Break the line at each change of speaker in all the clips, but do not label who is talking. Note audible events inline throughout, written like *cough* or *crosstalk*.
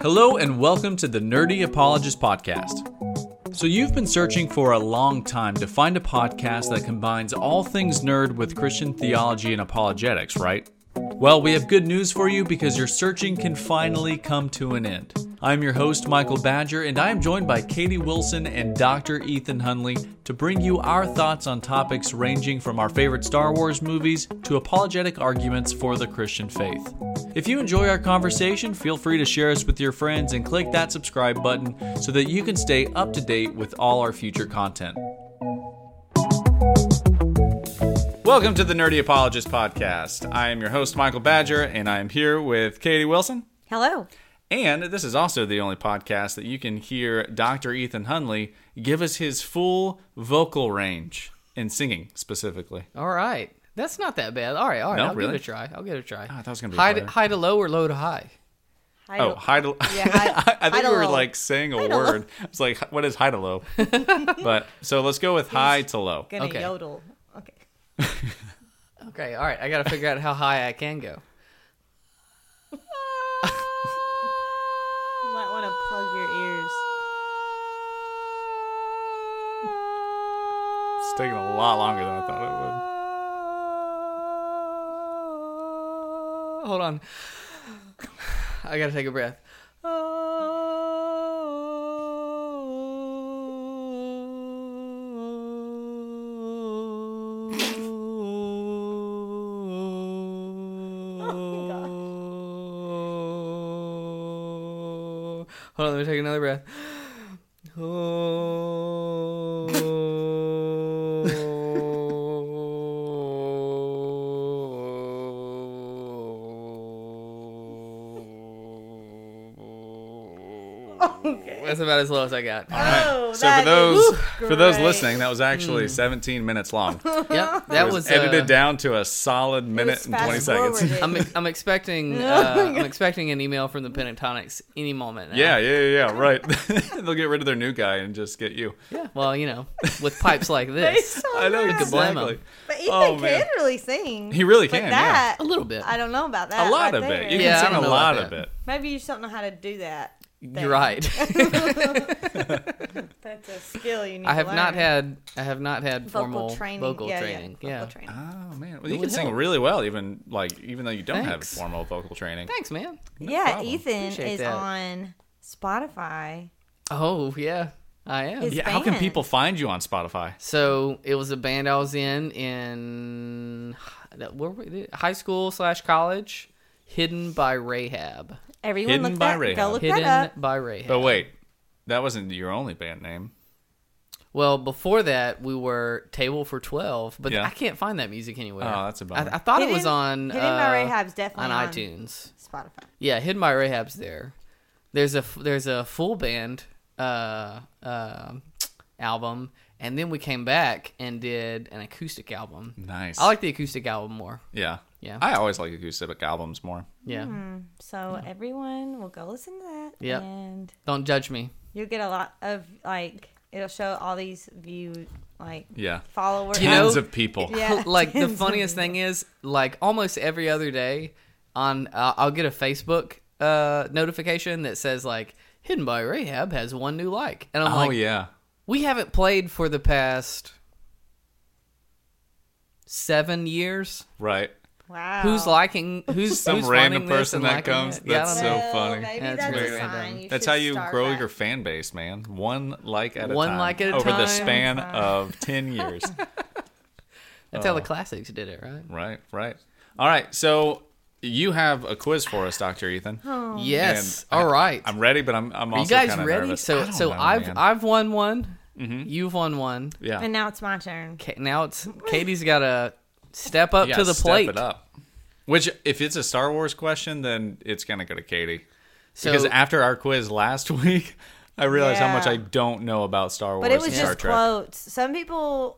Hello, and welcome to the Nerdy Apologist Podcast. So, you've been searching for a long time to find a podcast that combines all things nerd with Christian theology and apologetics, right? Well, we have good news for you because your searching can finally come to an end. I'm your host, Michael Badger, and I am joined by Katie Wilson and Dr. Ethan Hunley to bring you our thoughts on topics ranging from our favorite Star Wars movies to apologetic arguments for the Christian faith. If you enjoy our conversation, feel free to share us with your friends and click that subscribe button so that you can stay up to date with all our future content. Welcome to the Nerdy Apologist Podcast. I am your host, Michael Badger, and I am here with Katie Wilson.
Hello.
And this is also the only podcast that you can hear Dr. Ethan Hunley give us his full vocal range in singing specifically.
All right, that's not that bad. All right, all right,
No,
I'll
really? Ah,
give it a try. I'll give it a try. I
thought it was gonna be
high
better.
to, high to low or low to high.
Hi.
Oh,
*laughs*
hide. Yeah,
hi-
*laughs* I, think we were
hide-a-low.
like saying a word. It's like, what is hide to low? but so let's go with high to low.
*laughs* gonna
okay.
yodel. Okay.
Okay, all right, I got to figure out how high I can go.
You might want to plug your ears.
It's taking a lot longer than I thought
Hold on, *sighs* I got to take a breath. Hold on, let me take another breath. Oh. That's about as low as I *laughs* got.
Oh,
it would. So for those for those listening, that was actually 17 minutes long. It
Yep, that
was,
was
edited
uh,
down to a solid minute and 20 seconds.
I'm, I'm *laughs* expecting uh, I'm expecting an email from the Pentatonics any moment. Now.
*laughs* Yeah, yeah, yeah, yeah, right. *laughs* They'll get rid of their new guy and just get you.
Yeah, Well, you know, with pipes *laughs* like this,
I know
blame
exactly.
him.
But Ethan
Oh,
can
man.
really sing.
He really
But
can, yeah.
That,
a little bit.
I don't know about that.
A lot
right
of
there.
it. You
Yeah, I
can sing
don't
a
know
lot
about
of
that.
it.
Maybe you just don't know how to do that. thing.
You're *laughs* right.
*laughs* That's a skill you need.
I have
to
not
learn.
had I have not had
vocal
formal
training.
vocal
yeah,
training.
Yeah.
Yeah.
Vocal training.
Oh man, well, you
It
can
would
sing
help.
really well, even like even though you don't have
Thanks.
formal vocal training.
Thanks, man.
yeah.
problem.
Ethan
Appreciate
is
that.
on Spotify.
Oh yeah, I am.
Is-
Yeah, how can
Band.
people find you on Spotify?
So it was a band I was in in where were we, high school slash college, hidden by Rahab.
Everyone
Hidden
look
by
that.
Rahab.
Go look
Hidden
that up.
by Rahab.
But Oh, wait, that wasn't your only band name.
Well, before that, we were Table for Twelve, but
Yeah.
I can't find that music anywhere.
Oh, that's a bummer.
I, I thought it was
Hidden-
on
Hidden by
uh,
Rahab's definitely
on
on.
iTunes.
Spotify.
Yeah, Hidden by Rahab's there. There's a f- there's a full band uh, uh, album, and then we came back and did an acoustic album.
Nice.
I like the acoustic album more.
Yeah.
Yeah.
I always like acoustic albums more.
Yeah,
So everyone will go listen to that.
Yep.
And
don't judge me.
You'll get a lot of like it'll show all these view like
Yeah.
followers.
You know-
Tens of people.
Yeah.
*laughs* like the
Tens of
funniest thing is like almost every other day on uh, i'll get a facebook uh, notification that says like hidden by rahab has one new like and i'm
Oh
like
yeah.
we haven't played for the past seven years
Right.
wow.
who's liking who's
Some
who's
random
finding this
person
and
that
liking
comes-
it? Yeah, I
that's
don't
so
know.
Well,
funny.
Maybe
That's
that's, a
very
sign.
random.
You
That's
should
how you
start
grow
that.
your fan base, man. One like at a
One
time.
like at a
Over the
time.
span of 10 years.
that's how the classics did it right
right, right. All right. So you have a quiz for us, Dr. Ethan.
yes
And I-
all right
I'm ready, but I'm, I'm
are you
also
guys
kinda
ready
nervous. I
so
don't
so
know,
i've
man. Mm-hmm.
i've won one you've won one
yeah.
And now it's my turn.
Ka- now it's Katie's got to step up
yeah,
to the
step
plate.
it up. Which, if it's a Star Wars question, then it's going to go to Katie.
So
because after our quiz last *laughs* week, I realized how much
Yeah.
I don't know about Star Wars
But it was
and Star
just
Trek.
quotes. Some people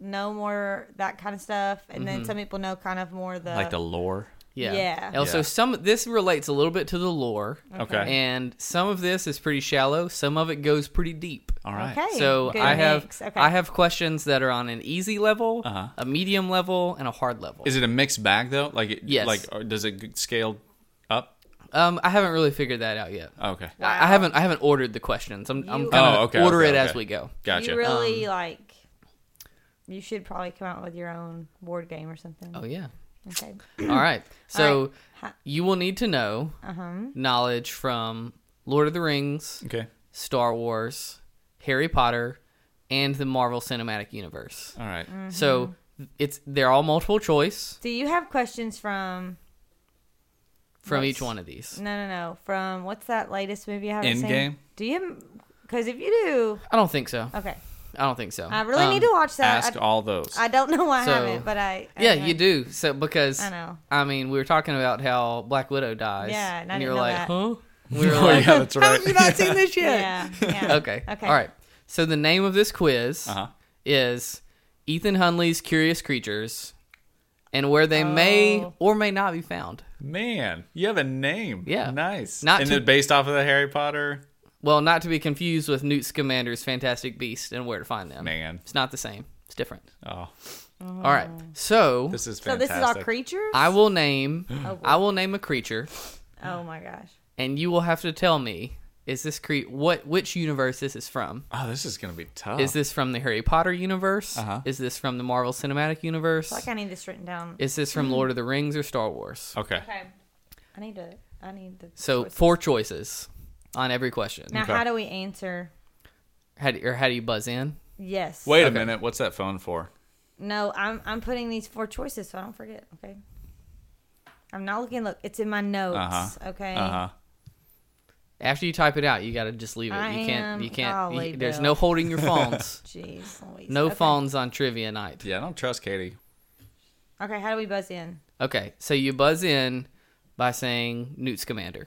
know more that kind of stuff and
Mm-hmm.
then some people know kind of more
uh,
the
Like the lore.
yeah.
yeah.
Also,
Yeah.
some this relates a little bit to the lore,
Okay.
and some of this is pretty shallow. Some of it goes pretty deep.
All right.
Okay.
So
good
I have
mix. Okay.
I have questions that are on an easy level,
Uh-huh.
a medium level, and a hard level.
Is it a mixed bag though? Like it,
Yes.
Like or does it g- scale up?
Um, I haven't really figured that out yet.
Okay.
I- I haven't I haven't ordered the questions. I'm I'm
You-
kind of
Oh, okay,
order
okay,
it as
okay.
we go.
Gotcha.
You really
Um,
like. You should probably come out with your own board game or something.
Oh yeah.
Okay.
All right. So
Ha- uh-huh.
you will need to know knowledge from Lord of the Rings,
okay.
Star Wars, Harry Potter, and the Marvel Cinematic Universe.
All right.
Mm-hmm.
So it's they're all multiple choice
Do you have questions from?
from
Nice.
each one of these.
No, no, no. From what's that latest movie I haven't seen?
Endgame?
Do you? Because if you do,
I don't think so.
okay.
I don't think so.
I really
Um,
need to watch that.
Ask
I,
all those.
I don't know why
So-
I haven't, but I.
Yeah,
anyway.
you do. So because
I
*laughs*
know.
I mean, we were talking about how Black Widow dies.
Yeah, and I
you
didn't
were
know
like,
that.
huh? We
*laughs*
were
oh
like,
yeah, that's
how
right.
have you not seen this yet?
Yeah. yeah.
Okay.
*laughs* Okay.
All right. So the name of this quiz
Uh-huh.
is Ethan Hunley's Curious Creatures and where they may
Oh.
or may not be found.
Man, you have a name.
Yeah.
Nice.
Not
and
too-
then based off of the Harry Potter.
Well, not to be confused with Newt Scamander's Fantastic Beast and where to find them.
Man.
It's not the same. It's different.
Oh,
All right. So
this is
So
fantastic.
this is all creatures.
I will
*gasps*
name
Oh, boy.
I will name a creature
oh my gosh.
and you will have to tell me is this cre- what which universe this is from?
Oh, this is gonna be tough.
Is this from the Harry Potter universe?
Uh-huh.
Is this from the Marvel Cinematic Universe?
I feel like I need this written down.
Is this from Lord of the Rings or Star Wars?
okay.
Okay. I need to. I need to.
So four choices on every question.
Now,
Okay.
how do we answer?
How do, or how do you buzz in?
Yes.
Wait a
Okay.
minute. What's that phone for?
No, I'm I'm putting these four choices so I don't forget. Okay. I'm not looking. Look, it's in my notes.
Uh-huh.
Okay.
Uh huh.
After you type it out, you got to just leave it.
I
you can't.
am-
you can't.
golly,
you- there's
Bill.
no holding
*laughs*
your phones.
Jeez. Louise.
No
okay.
phones on trivia night.
Yeah, I don't trust Katie.
Okay. How do we buzz in?
Okay, so you buzz in by saying Newt's commander.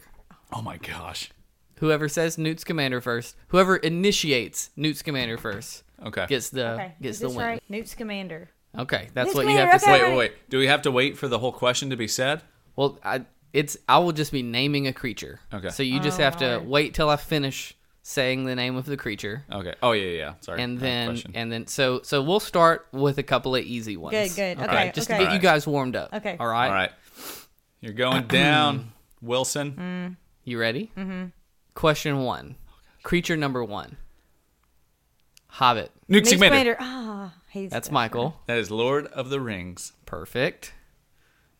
Oh my gosh.
Whoever says Newt's commander first, whoever initiates Newt's commander first,
Okay.
gets the
Okay.
gets
Is
the
this
Uh, win.
right? Newt's commander.
Okay, that's
Newt's
what you have
commander,
to say.
okay.
wait, wait, wait. Do we have to wait for the whole question to be said?
Well, I it's I will just be naming a creature.
Okay.
So you just
Oh,
have to
Lord.
wait till I finish saying the name of the creature.
Okay. Oh yeah, yeah, yeah. Sorry.
and
Uh,
then
question.
and then so so we'll start with a couple of easy ones.
Good, good.
All
Okay,
right, just
okay.
to get you guys warmed up.
Okay.
All right.
all right. You're
*clears throat*
going down, Wilson.
Mm.
You ready? Mm-hmm. Question one. Creature number one. Hobbit.
Newt
Newt's
Scamander.
commander. Ah, he's.
That's Michael.
That is Lord of the Rings.
Perfect.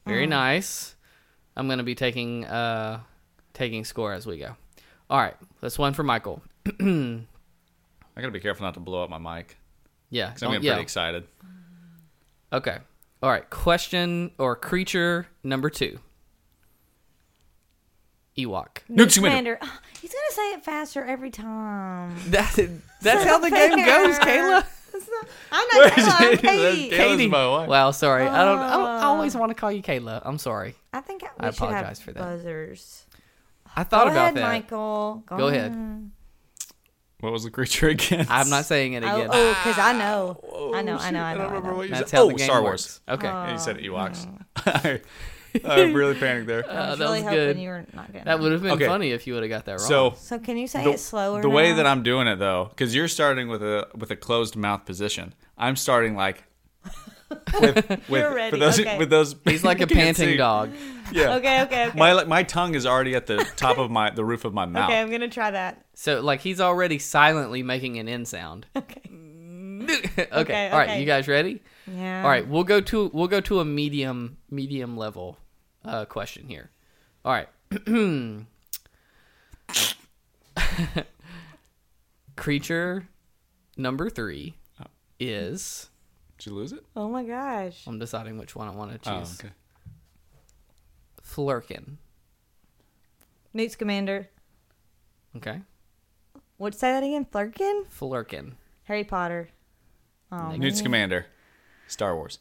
Mm.
Very nice. I'm gonna be taking uh taking score as we go. All right. That's one for Michael.
I gotta be careful not to blow up my mic
Yeah.
'cause
don't
I'm getting
yell.
pretty excited.
Okay. All right. Question or creature number two. Ewok.
Newt Scamander.
Commander. Ah, he's gonna say it faster every time.
That, that's how
*laughs*
the game goes, Kayla.
It's not- I'm not Kayla. I'm
That's
Katie.
Kayla. Kayla's my wife.
Wow, sorry. I don't. I,
Uh,
don't- I always want to call you Kayla. I'm sorry.
I think we
I
should have
apologize for that.
buzzers.
I thought
Go
about
ahead,
that.
Michael.
Go ahead.
What was the creature again?
I'm not saying it
Oh,
again.
oh, because I know. I
Oh,
know. I know. I know. I know.
what you
That's
said.
how
oh,
the game
Star
works.
Wars.
Okay.
Oh.
Yeah, you said Ewoks. *laughs* I,
*laughs*
I'm really panicked there.
I was
Uh, that
really
was
hoping
good.
you were not getting
that would have been
Okay.
funny if you would have got that wrong.
so
So can you say
the,
it slower?
the way
now?
that I'm doing it though, because you're starting with a with a closed mouth position. I'm starting
*laughs*
like with, with
ready,
for those
okay.
with those. *laughs*
he's like a
can't
panting
see.
dog.
Yeah.
Okay, okay,
*laughs*
okay.
My like, my tongue is already at the top of my the roof of my mouth.
okay, I'm gonna try that. *laughs*
So like he's already silently making an end sound.
Okay.
okay.
Okay,
All right.
okay.
You guys ready?
Yeah.
Mm.
All right, we'll go to we'll go to a medium medium level uh, question here. All right, *clears throat* creature number three
Oh.
is
Did you lose it?
Oh my gosh.
I'm deciding which one I want to
Oh,
choose.
okay.
Flurkin.
Newt's commander.
Okay,
Would say that again? Flurkin?
Flurkin.
Harry Potter. Oh,
Newt's commander, Star Wars.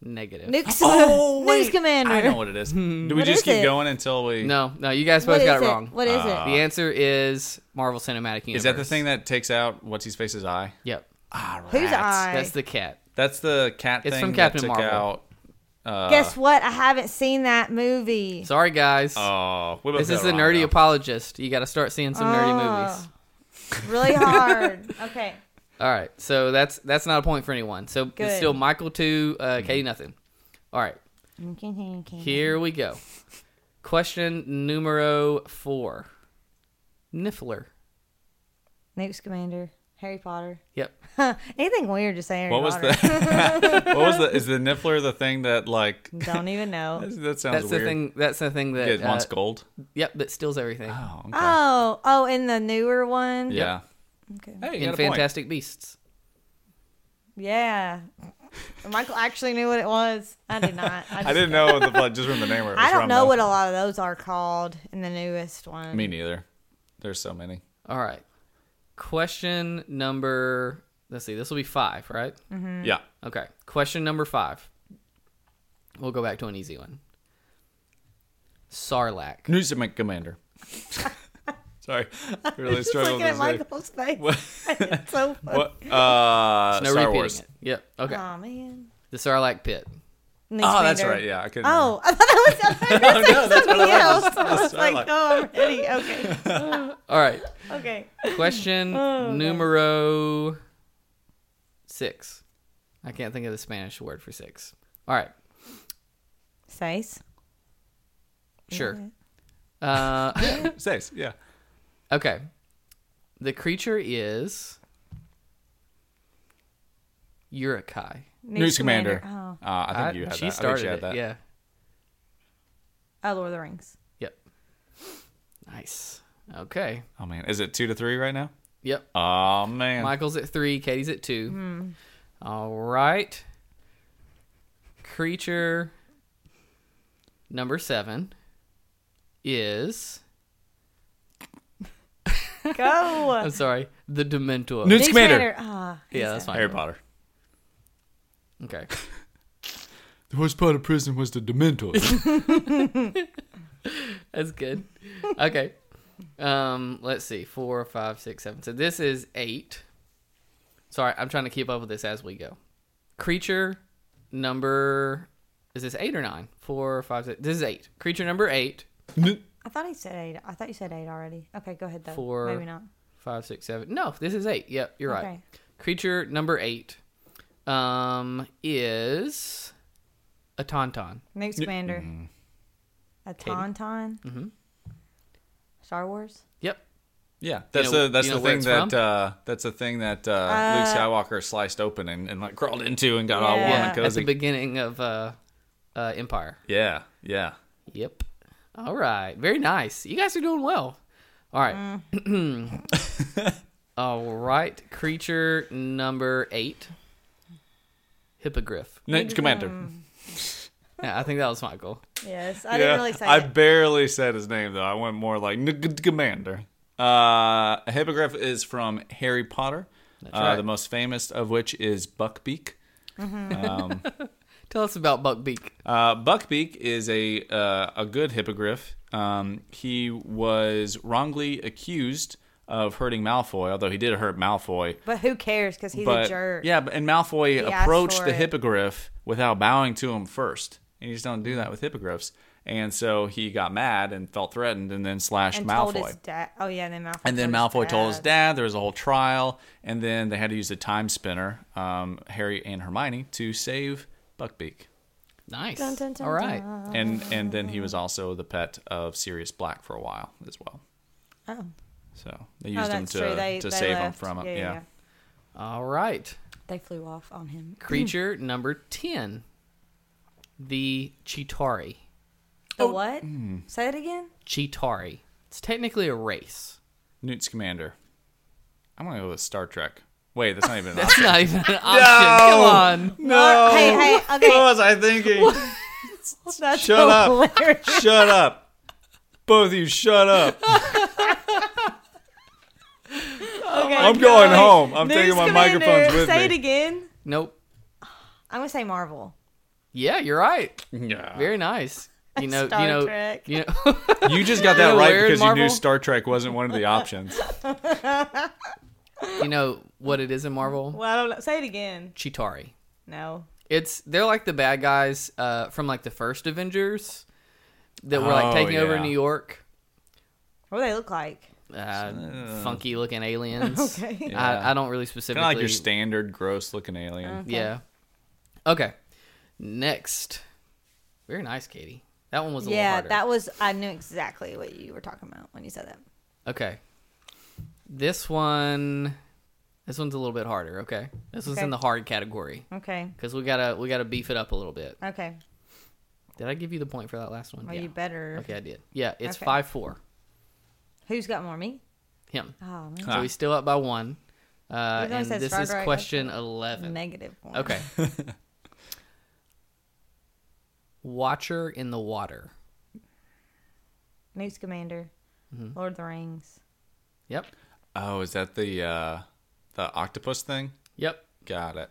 Negative.
Newt's, *laughs*
Oh,
Newt's
wait.
commander.
I know what it is. Do we
Hmm. What
just
is
keep
it?
going until we?
no, no, you guys
What
both
is
got it
it?
wrong. Uh,
What is it?
the answer is Marvel Cinematic Universe.
Is that the thing that takes out what's his face's eye?
Yep,
Ah,
Who's
rats.
I?
that's the cat.
That's the cat
It's
thing
from
that
Captain
took
Marvel.
out. Uh,
Guess what? I haven't seen that movie.
Sorry, guys.
Oh, we both
this
got
is
it
the
wrong,
nerdy
though.
apologist. You got to start seeing some nerdy
Oh.
movies. *laughs*
Really hard. okay.
All right, so that's that's not a point for anyone. So it's
Good.
still
Mm-hmm.
Michael two, uh, Katie nothing. All right,
Here.
here we go. Question numero four. Niffler.
Newt Scamander, Harry Potter. *laughs*
Yep.
Anything weird, just say Harry
What was
Potter.
the *laughs* What was the is the niffler the thing that like
Don't
*laughs*
even know.
that sounds
That's
weird.
the thing. That's the thing that.
It
uh,
wants gold.
Yep, that steals everything.
Oh, okay.
Oh, oh, in the newer one.
yeah.
Okay.
Hey, you
in
got a point.
Fantastic Beasts.
Yeah. Michael actually knew what it was. I
*laughs*
did not. I, just,
I didn't know the like, just from the name where it was
*laughs* I don't
from,
know
though.
what a lot of those are called in the newest one.
Me neither. There's so many.
All right. Question number. Let's see. This will be five, right?
Mm.
Yeah.
Okay. Question number five. We'll go back to an easy one. Sarlacc.
Newsman
*laughs*
Commander. Sorry, I really
Just
struggled
looking
with this. name.
at Michael's
*laughs*
face.
What?
*laughs* it's so
*laughs*
funny.
What? Uh,
No
Star
repeating
Wars.
it. Yep. Okay.
Oh man.
The Sarlacc pit.
Newt
Oh, that's
Scamander.
right. Yeah, I couldn't.
Oh, *laughs* I thought that was, I
*laughs*
was
no, that's what
something
I was.
else. I was
Sarlacc.
like, oh, I'm
*laughs*
ready. Okay,
All right.
okay.
Question numero six. I can't think of the Spanish word for six. All right.
Size.
Sure. Uh, *laughs*
remember. Six. Yeah.
okay. The creature is Urukai.
News Commander.
Oh,
Uh, I think you had
she
that. I think
started
she had
it.
that.
Yeah.
oh, Lord of the Rings.
Yep. Nice. Okay.
Oh man, is it two to three right now?
Yep.
Oh man.
Michael's at three. Katie's at two. All right. Creature number seven is.
Go.
*laughs*
*laughs*
I'm sorry. The Dementor.
Newt
Newt
Scamander.
Ah,
yeah, that's fine.
Harry Potter.
Okay.
The worst part of prison was the
*laughs*
Dementor.
That's good. Okay. Um, let's see. Four, five, six, seven. So this is eight. Sorry, I'm trying to keep up with this as we go. Creature number is this eight or nine? Four, five, six. This is eight. Creature number eight.
I thought he said eight. I thought you said eight already. Okay, go ahead though.
Four.
Maybe not.
Five, six, seven. No, this is eight. Yep, you're right.
Okay.
Creature number eight um is a tauntaun.
Newt Scamander.
mm-hmm.
A tauntaun.
Mhm.
Star Wars.
Yep.
yeah, that's
know-
the that's
you
the
know where
thing
it's
that
from?
uh, that's the thing that uh, Luke Skywalker sliced open and, and like crawled into and got all warm
Yeah.
and
Yeah, at
cozy.
the beginning of uh, uh Empire.
yeah, yeah.
Yep. All right. Very nice. You guys are doing well. All right.
Mm.
*clears throat* All right. Creature number eight. Hippogriff.
Newt Commander.
Yeah, I think that was Michael.
Yes, um, I
yeah,
didn't really say
I
it.
barely said his name though. I went more like "Nugget Commander. Uh, a hippogriff is from Harry Potter. uh,
right.
The most famous of which is Buckbeak.
Tell us about Buckbeak.
Uh, Buckbeak is a uh, a good hippogriff. Um, he was wrongly accused of hurting Malfoy, although he did hurt Malfoy.
But who cares? Because he's a
but
jerk.
yeah, but- and Malfoy
asked
approached
for
the
it.
hippogriff without bowing to him first, and you just don't do that with hippogriffs. And so he got mad and felt threatened, and then slashed
And
Malfoy.
told his dad. Oh yeah, and then Malfoy.
And then
told
Malfoy told his dad. There was a whole trial, and then they had to use the time spinner, um, Harry and Hermione, to save Buckbeak.
Nice.
Dun, dun, dun,
All right.
And and then he was also the pet of Sirius Black for a while as well.
Oh,
So they
oh
used him
that's
to
true. They,
to
they
save him
left.
from it.
Yeah,
Yeah,
yeah, yeah.
All right.
They flew off on him.
Creature number 10. The Chitari.
The what?
hmm.
Say it again.
Chitari. It's technically a race.
Newt's commander. I'm gonna go with Star Trek. Wait, that's
*laughs*
not even. an
That's
option.
not even an
*laughs*
option. Come on.
no.
Hey, hey,
*laughs*
okay.
What was I thinking?
That's
Shut
so
up.
hilarious.
shut up. Both of you, shut
*laughs*
up.
Okay,
I'm going
guys.
home. I'm
News
taking my
Commander,
microphones with
Say
me.
it again.
Nope.
I'm gonna say Marvel.
Yeah, you're right.
*laughs* Yeah.
Very
*laughs*
nice. You know,
Star
you know,
Trek.
you know. *laughs*
You just got that right
Weird
because you knew
Marvel.
Star Trek wasn't one
*laughs*
of the options.
you know what it is in Marvel?
Well, I don't know. Say it again.
Chitari.
No.
It's they're like the bad guys uh, from like the first Avengers that were
Oh,
like taking over
yeah.
New York.
What do they look like?
Uh, funky
*laughs*
looking aliens.
Okay.
Yeah.
I, I don't really specifically.
Kind of like your standard gross-looking alien.
Yeah. Okay. Next. Very nice, Katie. That one was a little
yeah,
harder.
that was. I knew exactly what you were talking about when you said that.
Okay. This one this one's a little bit harder, okay? This one's
Okay.
in the hard category
Okay.
cuz we got to we got to beef it up a little bit.
Okay.
Did I give you the point for that last one?
Well,
yeah.
you better.
Okay, I did. Yeah, it's
Okay.
5-4.
Who's got more? Me.
Him.
Oh man.
Ah.
So he's still up by 1. Uh,
Even though it
and
says
this
fried
is
right,
question
that's
11.
Negative one.
Okay. Watcher in the water.
Newt Commander,
Mm-hmm.
Lord of the Rings.
Yep.
Oh, is that the uh, the octopus thing?
Yep.
Got it.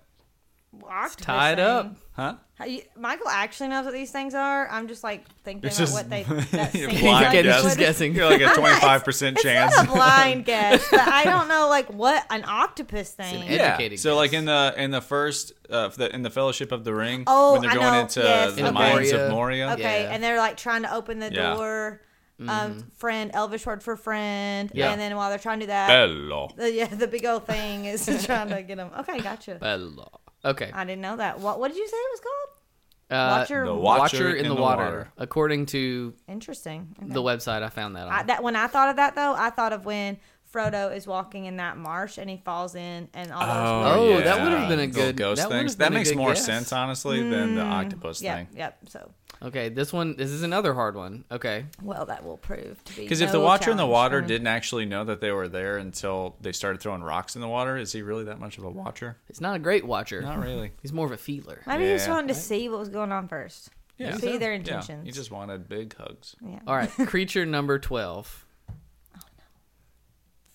Octopus
tied
thing.
up.
Huh?
How you- Michael actually knows what these things are. I'm just like thinking
It's
about
just- *laughs*
what they. That
You're
*laughs* seems
blind
like
guess.
what
Just
it-
guessing.
You're like
*laughs*
a
*laughs* I'm not-
twenty five percent
it's
chance. *laughs*
not a blind guess, but I don't know like what an octopus thing.
an
yeah.
educated
So like
guess.
in the in the first uh, f- the, in the Fellowship of the Ring
Oh,
when they're
I
going
know.
into
Yes,
the
okay.
mines
Moria.
of Moria.
Okay,
Yeah.
and they're like trying to open the
Yeah.
door.
Mm-hmm.
Um, friend, Elvish word for friend,
Yeah.
and then while they're trying to do that,
Bello.
the, yeah, the big old thing is *laughs* trying to get them. Okay, gotcha.
Bella. Okay.
I didn't know that. What What did you say it was called?
Uh,
Watcher.
The wa-
Watcher in, the, water. According to
Interesting. Okay.
the website I found that on.
I, that when I thought of that though, I thought of when Frodo is walking in that marsh and he falls in, and all those.
Oh,
weird-
yeah. that would've been a
Those
good-
ghost
that would've
things.
been
That
a
makes
good
more
guess.
sense honestly than the
Hmm.
octopus
Yep,
thing.
yep. So,
okay, this one this is another hard one. Okay.
well, that will prove to be
Because if the Watcher in the Water didn't actually know that they were there until they started throwing rocks in the water, is he really that much of a watcher?
It's not a great watcher.
Not really.
He's more of a feeler.
maybe he just
Yeah.
wanted to see what was going on first.
Yeah.
see their
Yeah,
intentions.
he just wanted big hugs.
Yeah.
*laughs* All right, creature number 12.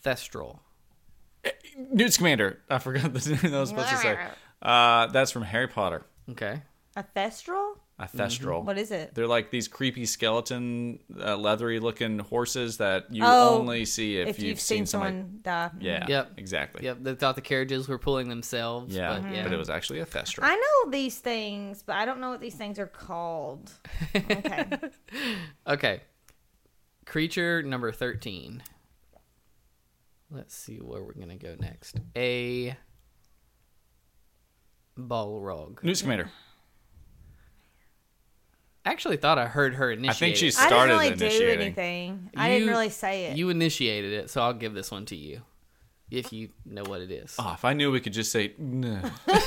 Thestral.
Newt's Commander. I forgot *laughs* the name that I was supposed to say. Uh, that's from Harry Potter.
Okay.
A thestral?
A thestral.
What is it?
They're like these creepy skeleton, uh, leathery-looking horses that you
Oh,
only see if,
if you've, seen, someone die.
Yeah.
Yep.
Exactly.
Yep, they thought the carriages were pulling themselves.
Yeah.
But, yeah.
But it was actually a thestral.
Mm-hmm. I know these things, but I don't know what these things are called. Okay.
Okay. Creature number 13. Let's see where we're going to go next. A Balrog.
Newt's Commander.
I actually thought I heard her initiate. it.
she's-
I didn't
Started
really do
initiating.
anything. I didn't
You-
really say it.
You initiated it, so I'll give this one to you. If you know what it is.
Oh, if I knew we could *laughs* just say,
*laughs*
no.
I'm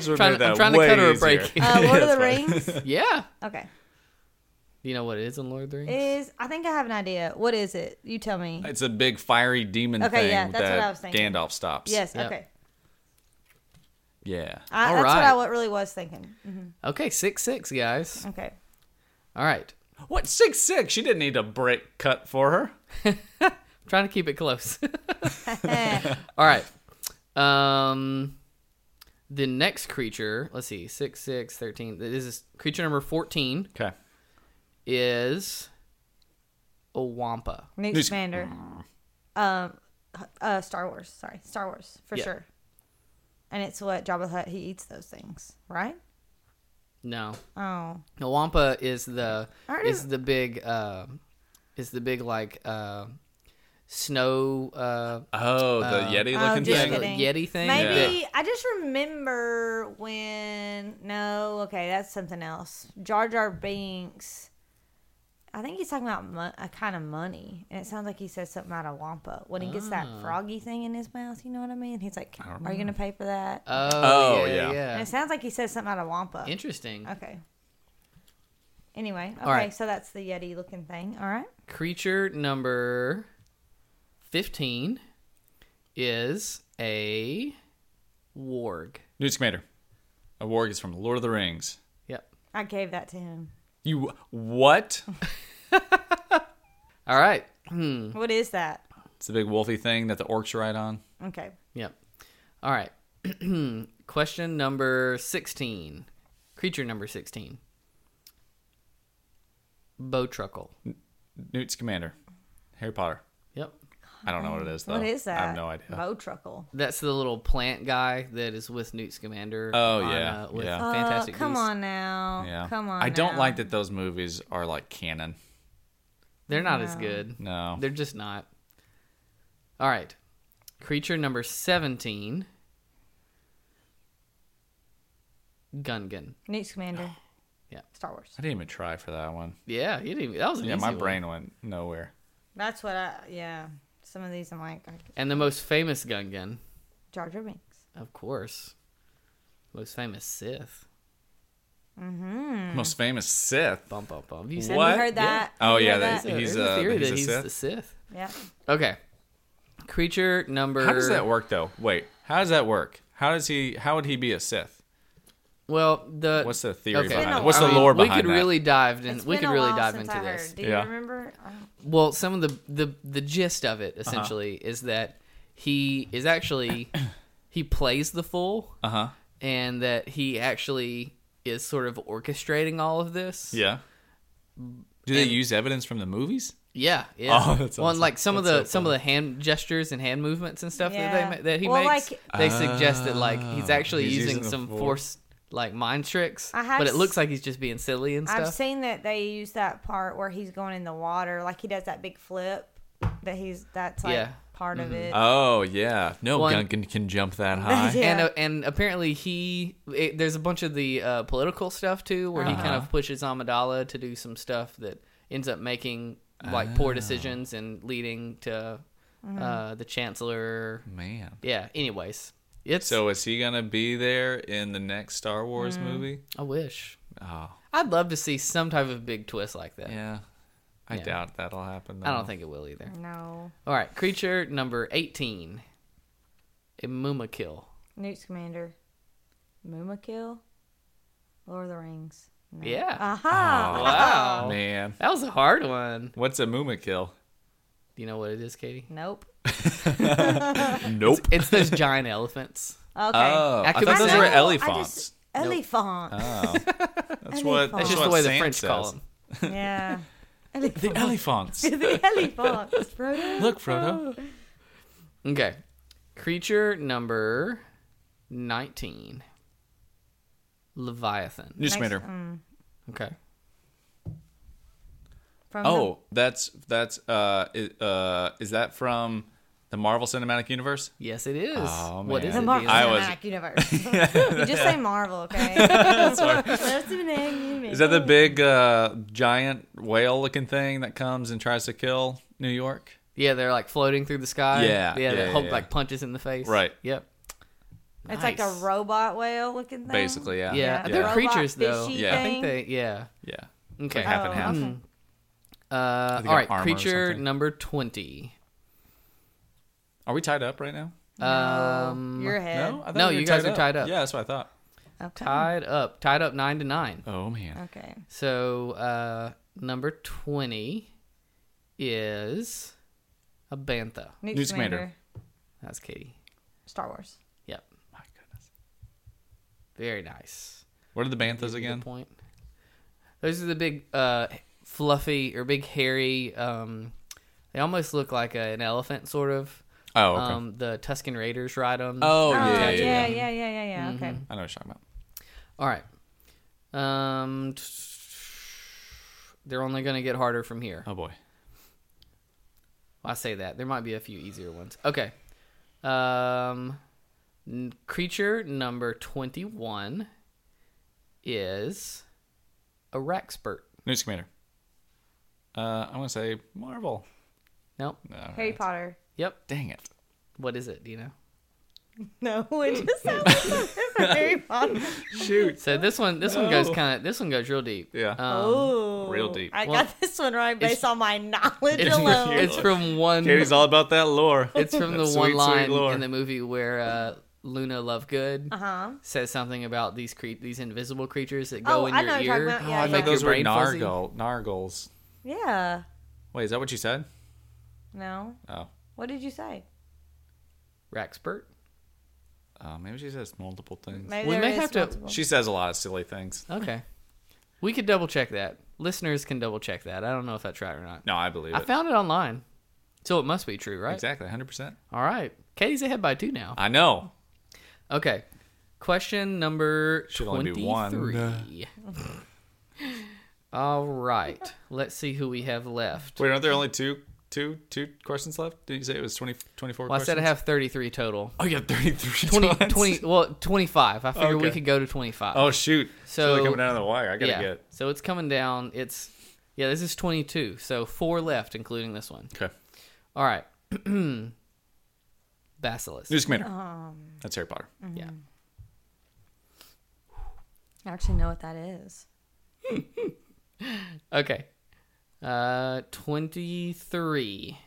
trying, I'm trying to cut her a break. here.
uh, Lord of the
That's right.
Rings?
*laughs* yeah.
Okay.
You know what it is in Lord of the Rings?
Is I think I have an idea. What is it? You tell me.
*laughs* It's a big fiery demon
Okay,
thing
yeah, that's what
that
I was thinking.
Gandalf stops.
yes,
yeah.
okay.
Yeah.
I,
All
that's
right.
what I wa- really was thinking.
Okay, six six guys.
Okay.
All right,
What six six? She didn't need a break cut for her.
I'm trying to keep
*laughs*
it close. *laughs* All right. Um, the next creature. Let's see, six six thirteen. This is creature number fourteen.
Okay.
Is a wampa.
Newt
Newt-
Commander. Um, uh, Star Wars. Sorry, Star Wars for
Yeah.
sure. And it's what Jabba the Hutt. He eats those things, right?
No,
Oh,
a wampa is the
I already-
is the big uh, is the big like uh, snow uh,
Oh, the Yeti
oh,
looking
just
thing.
kidding.
Yeti thing?
Maybe I just remember when. No, okay, that's something else. Jar Jar Binks. I think he's talking about mo- a kind of money, and it sounds like he says something out of Wampa when he gets that
Ah.
froggy thing in his mouth. You know what I mean? He's like, "Are you gonna pay for that?"
oh,
Oh,
yeah,
yeah.
and
yeah.
it sounds like he says something out of Wampa.
Interesting.
Okay. Anyway, okay,
right.
so that's the Yeti looking thing. All right.
creature number 15 is a warg.
Newt Commander. A warg is from Lord of the Rings.
Yep.
I gave that to him.
You
*laughs*
what?
All right. Hmm.
Mm-hmm.
What is that?
it's the big wolfy thing that the orcs ride on.
Okay.
Yep. All right. *clears throat* Question number 16. Creature number 16. Bow truckle.
Newt's Commander. Harry Potter.
Yep.
I don't know what it is though.
What is that?
Oh, I have no idea.
Bow truckle.
That's the little plant guy that is with Newt Scamander. uh,
Oh, yeah,
with
yeah.
Fantastic
oh, come
Beasts.
on now.
yeah.
Come on.
I don't
now.
like that those movies are like canon.
They're not as good.
No.
They're just not. All right. Creature number 17. Gungan.
Newt Commander.
*gasps* Yeah.
Star Wars.
I didn't even try for that one.
Yeah, you didn't. That was an
Yeah, my
easy one.
brain went nowhere.
That's what I. Yeah. Some of these I'm like I,
And the most famous Gungan,
Jar Jar Binks.
of course, most famous Sith.
Most famous Sith.
Bum bum bum.
Hmm.
You
Have
said
What?
you heard
Yeah.
that?
Oh
Have you
yeah,
heard
that,
Yeah,
he's,
there's a
uh,
theory
he's
that
a
he's
Sith.
the Sith.
Yeah.
Okay. Creature number.
How does that work though? Wait, how does that work? How does he? How would he be a Sith?
Well, the
What's the theory
It's been
behind
a
it? What's the
while.
lore
we
behind
could
that?
really dive in.
It's
we
been
could
a
really
while
dive
since I
into
heard.
this.
Do you
Yeah.
remember? I don't-
Well, some of the the the gist of
Uh-huh.
it essentially is that he is actually *clears throat* he plays the fool,
Uh huh.
and that he actually is sort of orchestrating all of this.
Yeah. Do they
And-
use evidence from the movies?
Yeah, yeah.
Oh, that's
well, and
awesome.
like some of
That's
the
so
some of the hand gestures and hand movements and stuff that
Yeah.
they ma- that he
Well,
makes,
like-
they suggest that like he's
Oh,
actually
he's
using,
using the
some
force.
force like mind tricks,
I have
but it
s-
looks like he's just being silly and
I've
stuff.
seen that they use that part where he's going in the water, like he does that big flip. That he's that's like
Yeah. Mm-hmm. Uh,
part of it.
Oh yeah. No
One-
gun can, can jump that high.
Yeah.
and uh, and apparently he it, there's a bunch of the uh, political stuff too where he kind of pushes Amidala to do some stuff that ends up making like poor decisions and leading to uh, the chancellor.
Man.
Yeah. Anyways, it's
So is he gonna be there in the next Star Wars movie?
I wish
Oh
I'd love to see some type of big twist like that.
yeah. I
Yeah.
doubt that'll happen.
I don't
though.
think it will either.
No,
All right, creature number eighteen, Imuma Kill.
Newt's commander, Mumakil, Lord of the Rings. No.
Yeah.
Aha.
Wow.
Man,
That was a hard one.
what's a Muma kill?
Do you know what it is, Katie?
Nope.
Nope.
It's those giant elephants.
Okay.
Oh, I
I
thought
could-
those
I
were
know, I
elephants.
just- Elephant.
That's what. That's
That's
just
just
what
the way the
Sam
French
says.
call them.
*laughs* Yeah. Elephant.
The elephants.
*laughs* the elephant. Frodo.
Look, Frodo.
Okay. Creature number 19. Leviathan.
New
Makes-
Smitter.
mm.
Okay.
From
Oh, that's that's uh is, uh is that from the Marvel Cinematic Universe?
Yes, it is.
Oh, man.
What is
the,
it?
the Marvel
Dion?
I was- *laughs*
Cinematic Universe. *laughs* you just say Marvel, okay? That's an anime.
Is that the big uh giant whale looking thing that comes and tries to kill New York?
yeah, they're like floating through the sky.
Yeah,
Yeah,
yeah,
that
yeah,
Hulk
yeah.
like punches in the face.
Right.
Yep.
It's like a
Nice.
robot whale looking thing.
Basically, yeah.
Yeah.
Yeah.
They're
Robot
creatures, though.
fishy
Yeah.
I think they,
thing.
yeah.
Yeah.
Okay.
Half and
Oh,
half. Mm,
okay.
Uh,
they got
all right.
armor or
Creature
something.
number 20.
Are we tied up right now?
Um,
Your head.
mm. No, I thought
No,
we were
you guys are tied up.
Yeah, that's what I thought.
Okay.
Tied up. Tied up 9 to 9.
Oh man.
Okay.
So uh, number twenty is a bantha.
Newt
Newt Scamander.
That's Katie.
Star Wars.
Yep,
My goodness.
very nice.
What are the banthas
Good
again?
point. Those are the big uh, fluffy or big hairy. Um, they almost look like a, an elephant, sort of.
Oh, okay.
Um, the Tuscan Raiders ride them.
oh,
Oh,
yeah, Mm-hmm. yeah,
yeah,
yeah.
yeah, yeah, yeah, yeah. Okay.
I know what you're talking about.
All right. Um, t- they're only going to get harder from here.
Oh boy.
Well, I say that. There might be a few easier ones. Okay. Um, n- creature number 21 is a Raxpert.
News Commander. Uh, I want to say Marvel.
Nope.
No,
Harry
right.
Potter.
Yep.
Dang it.
What is it? Do you know?
No, *laughs* it
*laughs*
just sounds like Harry Potter.
Shoot.
So this one, this one
No.
goes kind of, this one goes real deep.
Yeah.
Um,
Oh,
real deep.
I
Well,
got this one right based on my knowledge
it's,
alone.
from, it's from one,
Katie's all about that lore.
it's from
*laughs*
the
Sweet,
one
sweet
line
lore.
in the movie where, uh, Luna Lovegood
uh huh.
says something about these cre- these invisible creatures that
Oh,
go in
I
your
know what you're talking
ear.
about.
oh,
Yeah,
I
yeah.
thought
Make your
those were
brain fuzzy.
nargle, nargles.
Yeah.
Wait, is that what you said?
No.
Oh.
What did you say?
Raxpert.
Uh, maybe she says multiple things.
Maybe
We
there
may
is
have to-
multiple.
She says a lot of silly things.
Okay. We could double check that. Listeners can double check that. I don't know if that's right or not.
No, I believe
I
it.
found it online. So it must be true, right?
Exactly, 100%.
All right. Katie's ahead by two now.
I know.
Okay. Question number
Should only be one. *laughs*
23. All right. Let's see who we have left.
Wait, aren't there only two two two questions left? Did you say it was 20, 24
Well, I
questions?
said I have 33 total.
*laughs* Oh, you have
*laughs*
33
20,
times?
20
*laughs*
well, 25. I figure we
Okay.
could go to 25.
Oh, shoot. So,
So-
coming down to the wire. I got to
yeah.
get.
So it's coming down. It's yeah, this is 22. So four left including this one.
Okay.
All right. *clears throat* Basilisk.
News Commander.
Um,
That's Harry Potter.
Mm-hmm.
Yeah.
I actually know what that is.
Okay. Uh 23.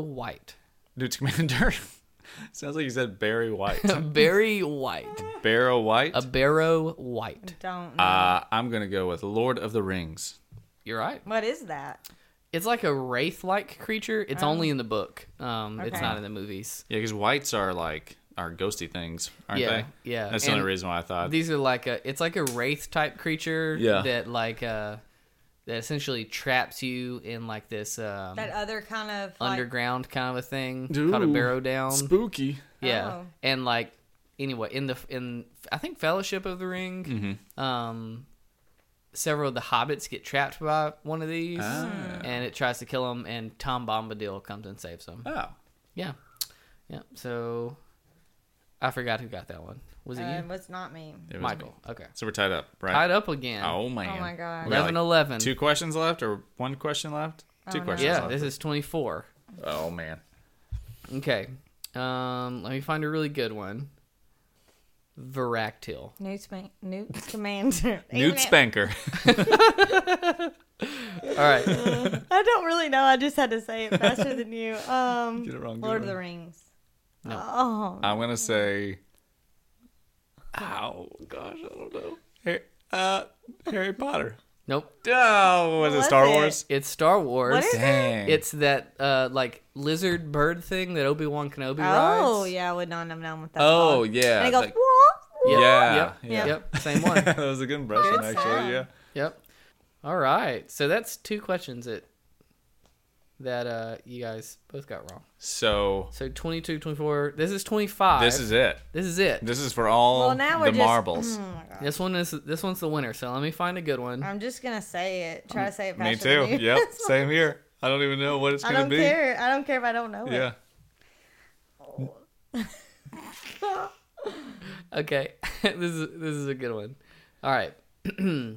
*laughs*
White.
News Commander. *laughs* Sounds like you said Barry
*laughs*
White.
Barry White.
Barrow White.
A Barrow White.
Don't know.
Uh, I'm going to go with Lord of the Rings.
You're right.
what is that?
It's like a wraith-like creature. It's only in the book. Um it's
Oh. Okay.
not in the movies.
Yeah, because whites are like are ghosty things, aren't
Yeah,
they?
yeah.
That's the only
And
reason why I thought.
These are like a it's like a wraith type creature
Yeah.
that like uh that essentially traps you in like this um
That other kind of like,
underground kind of a thing called a
Ooh.
barrow down.
Spooky.
yeah.
Oh.
And like anyway, in the in I think Fellowship of the Ring,
Mm-hmm.
um several of the hobbits get trapped by one of these
Ah.
and it tries to kill them and Tom Bombadil comes and saves them.
Oh.
Yeah. Yeah. So I forgot who got that one. Was it
Uh,
you?
what's not me?
It was
Michael.
me.
Okay.
So we're tied up, right?
Tied up again.
Oh, man.
Oh, my God.
We got, like,
11 11.
Two questions left or one question left?
Oh,
Two questions
Yeah,
left.
this is 24.
Oh, man.
Okay. Um, let me find a really good one. Veractyl.
Newt, Span- Newt *laughs* Commander. Even
Newt
it- *laughs*
Spanker.
All
*laughs*
right.
I don't really know. I just had to say it
*laughs*
faster than you. Um,
Get it wrong, get
Lord
it
of the
wrong.
Rings. Oh,
I'm gonna say. Oh gosh, I don't know. Harry, uh, Harry Potter.
*laughs* nope.
Oh, was
What
it Star
was it?
Wars?
It's Star Wars.
What is it?
Dang.
It's that uh like lizard bird thing that Obi Wan Kenobi rides.
oh yeah, I would not have known what that.
Oh,
called.
yeah,
And it goes.
like-
"Whoa, whoa."
Yep.
Yeah,
Yep.
yeah.
Yep. *laughs* Same
*laughs*
one.
that was a good impression,
Good
actually.
sound.
Yeah.
yep. All right. So that's two questions that that uh you guys both got wrong.
So
So 22, 24. This is 25.
this is it.
This is it.
This is for all
Well, now we're
the
just- hmm. Mm,
marbles.
This one is this one's the winner. So let me find a good one.
Uh.
I'm just gonna say it. Try to say it faster
Me too.
than
*laughs*
you.
Yep. Same here. I don't even know what it's
I
gonna
don't
be.
care. I don't care if I don't know
Yeah.
it.
Okay, *laughs* this is this is a good one. All right, *clears throat* the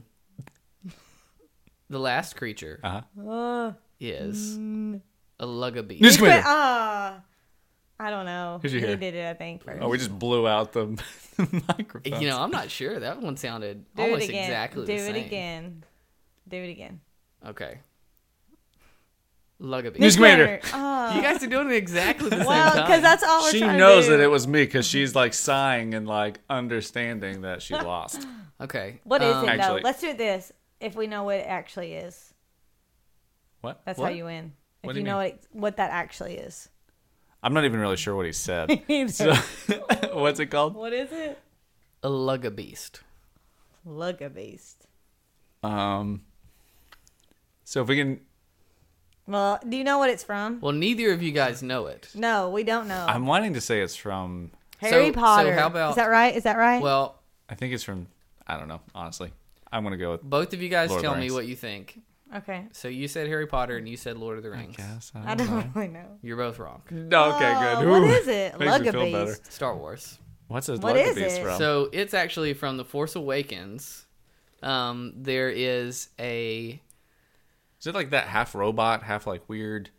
last creature
Uh,
is
Mm.
a lugabee.
News
but,
Commander.
uh, I don't know.
Who's you
he
here?
did it, I think. First.
Oh, we just blew out the *laughs* microphone.
You know,
*laughs*
I'm not sure. That one sounded
do
almost
it again.
exactly
do
the
it
same.
again. Do it again.
Okay, lugabee.
News Commander.
Uh,
*laughs* you guys are doing it
*laughs*
exactly the
well,
same
because
time.
that's all we're
she
trying
knows
to do.
that it was me because she's like sighing and like understanding that she
*gasps*
lost.
okay,
What is
um,
it
Actually-
though? Let's do this. If we know what it actually is,
What?
that's
What?
how you win. If
What do
you
you
know
mean?
what, what that actually is.
*laughs*
*laughs*
I'm not even really sure what he said.
Either.
*laughs* What's it called?
what is it?
A lugabeast.
Look a beast.
Um. So if we can,
Well, do you know what it's from?
Well, neither of you guys know it.
No, we don't know.
I'm wanting to say it's from.
Harry
so- so
Potter.
how about-
is that right? Is that right?
Well,
I think it's from. I don't know. Honestly, I'm gonna go with.
both of you guys
Lord of the
tell me
Rings.
what you think.
okay.
So you said Harry Potter and you said Lord of the Rings.
Yes,
I don't really know.
You're both wrong.
No, okay, good.
Oh, what
Ooh.
is
*laughs* Makes
it?
me
Lug a
feel better.
beast.
Star Wars.
What's a
What
what
is it?
from?
So it's actually from The Force Awakens. Um, there is a
is it like that half robot, half like weird?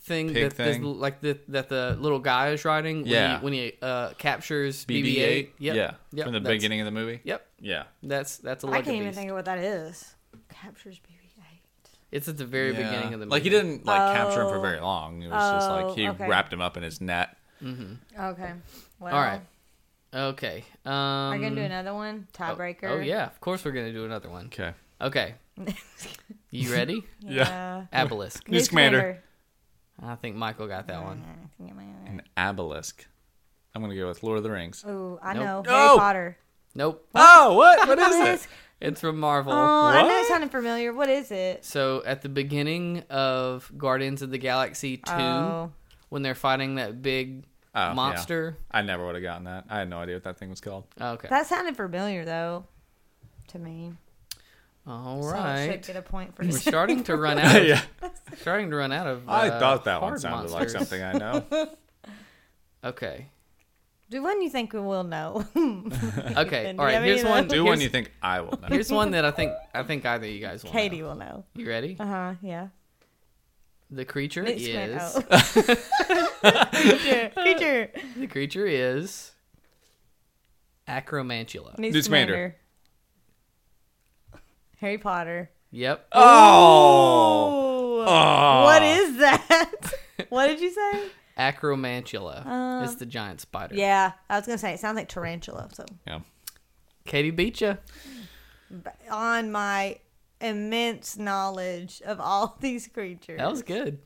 thing
Pig
that this-
thing?
like the, that the little guy is riding
Yeah.
when he, when he uh, captures
BB-8.
BB-8. Yep.
Yeah.
Yep.
From the
That's-
beginning of the movie.
Yep.
Yeah.
That's that's a
I
lucky
can't even
beast.
think of what that is. Captures BB-8.
It's at the very beginning of the movie.
Like he didn't like capture him for
Oh.
very long. It was just
Oh,
like he
okay.
wrapped him up in his net.
Okay. Well,
All right. Okay. Um,
Are you gonna do another one? Tiebreaker. *laughs*
Oh yeah. Of course we're gonna do another one.
Okay.
Okay.
*laughs*
You ready?
Yeah.
Obelisk.
News Commander.
I think Michael got that
Oh,
one.
An obelisk. I'm gonna go with Lord of the Rings.
Ooh, I
Nope.
know.
No!
Harry Potter.
Nope.
Oh, *laughs* what? What is
*laughs*
it?
It's from Marvel.
Oh, I know it
What?
sounded familiar. What is it?
So at the beginning of Guardians of the Galaxy 2,
Oh.
when they're fighting that big
Oh, yeah.
monster.
I never would have gotten that. I had no idea what that thing was called.
*laughs* Okay.
That sounded familiar though, to me.
All
So I
right.
should get a point for
*laughs*
*laughs*
We're starting to run out. of,
yeah.
starting to run out
*laughs*
of.
I
uh,
thought that one
hard
sounded
monsters.
like something I
*laughs*
know.
Okay.
Do one you think we
*laughs*
will know? *laughs*
Okay.
do you
All right.
have any
Here's
of
one.
those?
Do one
here's-
you think I will know.
Here's one that I think I think either you guys will.
Katie
know.
will know. *laughs*
you ready?
Uh huh. Yeah.
The creature
Nick Squint-
is.
oh. *laughs* creature. Creature.
*laughs* The creature is. Acromantula.
Newt
Newt Scamander.
Scamander. Harry Potter.
Yep.
Oh,
Ooh.
Oh.
What is that? *laughs* what did you say?
Acromantula. it's the giant spider.
Uh, Yeah, I was gonna say it sounds like tarantula. So
yeah.
Katie beat you.
on my immense knowledge of all *laughs* these creatures,
That was good.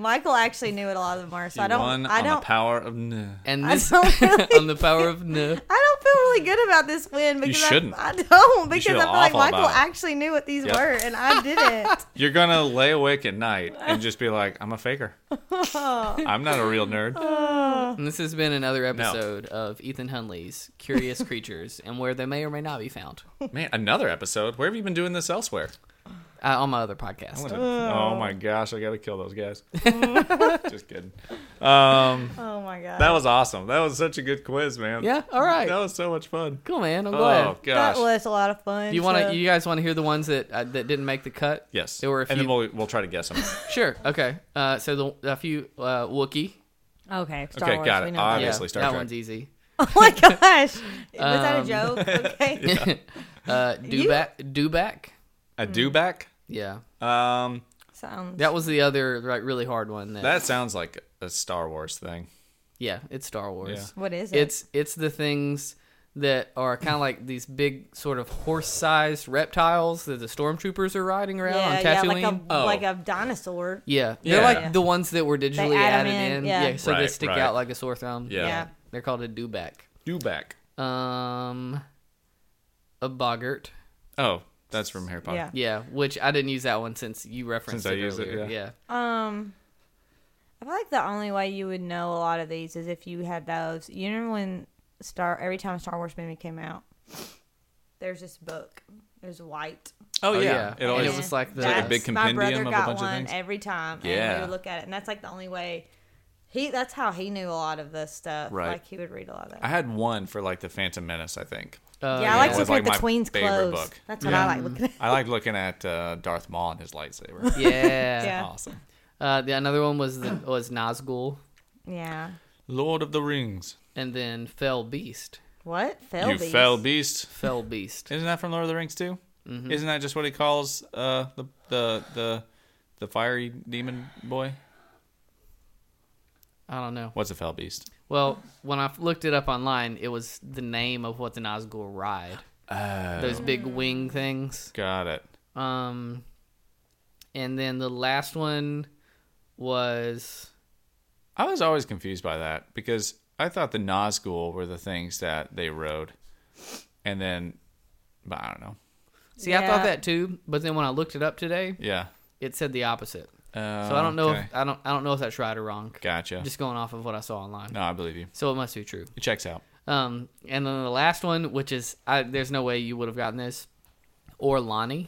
Michael actually knew what a lot of them are. So I don't.
One
I
on
don't.
the power of no.
And
I
this
don't really-
*laughs* on the
*laughs*
power of no.
I don't feel really good about this win because I-
shouldn't.
I, don't because
feel
I feel like
awful
Michael
about it.
actually knew what these
Yep.
were and I *laughs* didn't.
You're gonna lay awake at
*laughs*
night and just be like, "I'm a faker.
Oh.
I'm not a real
*laughs*
nerd."
And this has been another episode of Ethan Hunley's
*laughs*
Curious Creatures and where they may or may not be found uh,
Man, another episode. Where have you been doing this elsewhere?
on my other podcast.
I'm gonna- oh my gosh, I gotta kill those
*laughs*
guys. just kidding. Um,
oh my god,
that was awesome. That was such a good quiz, man.
Yeah. All right.
That was so much fun.
Cool, man. I'm glad.
Oh
That
gosh.
was a lot of fun.
Do you want
so-
to? You guys want to hear the ones that uh, that didn't make the cut?
yes.
Or if
and
you,
then we'll, we'll try to guess
*laughs*
them.
sure. Okay. Uh, so the a few uh, Wookie.
okay, Star
okay,
Wars,
got
we
it.
know that. *laughs*
Obviously, Star
that
Trek. *laughs*
one's easy. *laughs*
Oh *laughs* my gosh, was that a joke? Okay,
Uh, Dubak. Dubak.
A do back.
Yeah.
Um,
sounds
That was the other like really hard one. That,
that sounds like a Star Wars thing.
yeah, it's Star Wars.
what is it?
It's it's the things that are kind of like these big sort of horse-sized reptiles that the stormtroopers are riding around on
yeah, yeah, like
Tatooine.
a
Oh.
like a dinosaur.
Yeah, they're
Yeah.
like
Yeah.
the ones that were digitally
add 'em
added
in,
in.
yeah.
Yeah, so they
Right,
stick
right.
out like a sore thumb.
Yeah.
Yeah.
they're called a dewback.
Do back.
Um, a boggart.
Oh, that's from Harry Potter.
Yeah.
Yeah, which I didn't use that one since you referenced
Since I
it
used it,
earlier.
yeah.
yeah.
Um, I feel like the only way you would know a lot of these is if you had those. You remember when Star every time a Star Wars movie came out, there's this book. There's white.
Oh,
Oh,
yeah.
yeah.
It
And
always
it was like the- It's
like a
that's-
big
My brother
compendium of a
got
bunch of
one
things.
every time, and
Yeah.
we would look at it, and that's like the only way. He that's how he knew a lot of this stuff.
Right.
Like he would read a lot of that.
I had one for like the Phantom Menace, I think.
Uh,
yeah,
yeah.
I like to look
It was, like,
at the
my
tween's
favorite
clothes.
book.
That's what
Yeah.
I like looking at. *laughs*
I like looking at uh, Darth Maul and his lightsaber.
Yeah.
*laughs* Yeah.
Awesome.
Uh, the, another one was the, was Nazgul,
Yeah.
Lord of the Rings.
and then Fell Beast.
What? Fell
you
beast.
fell beast.
Fell Beast.
Isn't that from Lord of the Rings too? Isn't that just what he calls uh, the the the the fiery demon boy?
I don't know.
What's a fell beast?
Well, when I f- looked it up online, it was the name of what the Nazgul ride. Those big
Mm.
wing things.
Got it.
Um, and then the last one was
I was always confused by that because I thought the Nazgul were the things that they rode, and then, but I don't know.
see I
Yeah.
thought that too, but then when I looked it up today,
Yeah.
it said the opposite.
Uh,
So I don't know
okay.
if I don't I don't know if that's right or wrong.
Gotcha.
Just going off of what I saw online.
no, I believe you.
So it must be true.
It checks out.
Um, and then the last one, which is I, there's no way you would have gotten this, Orlani.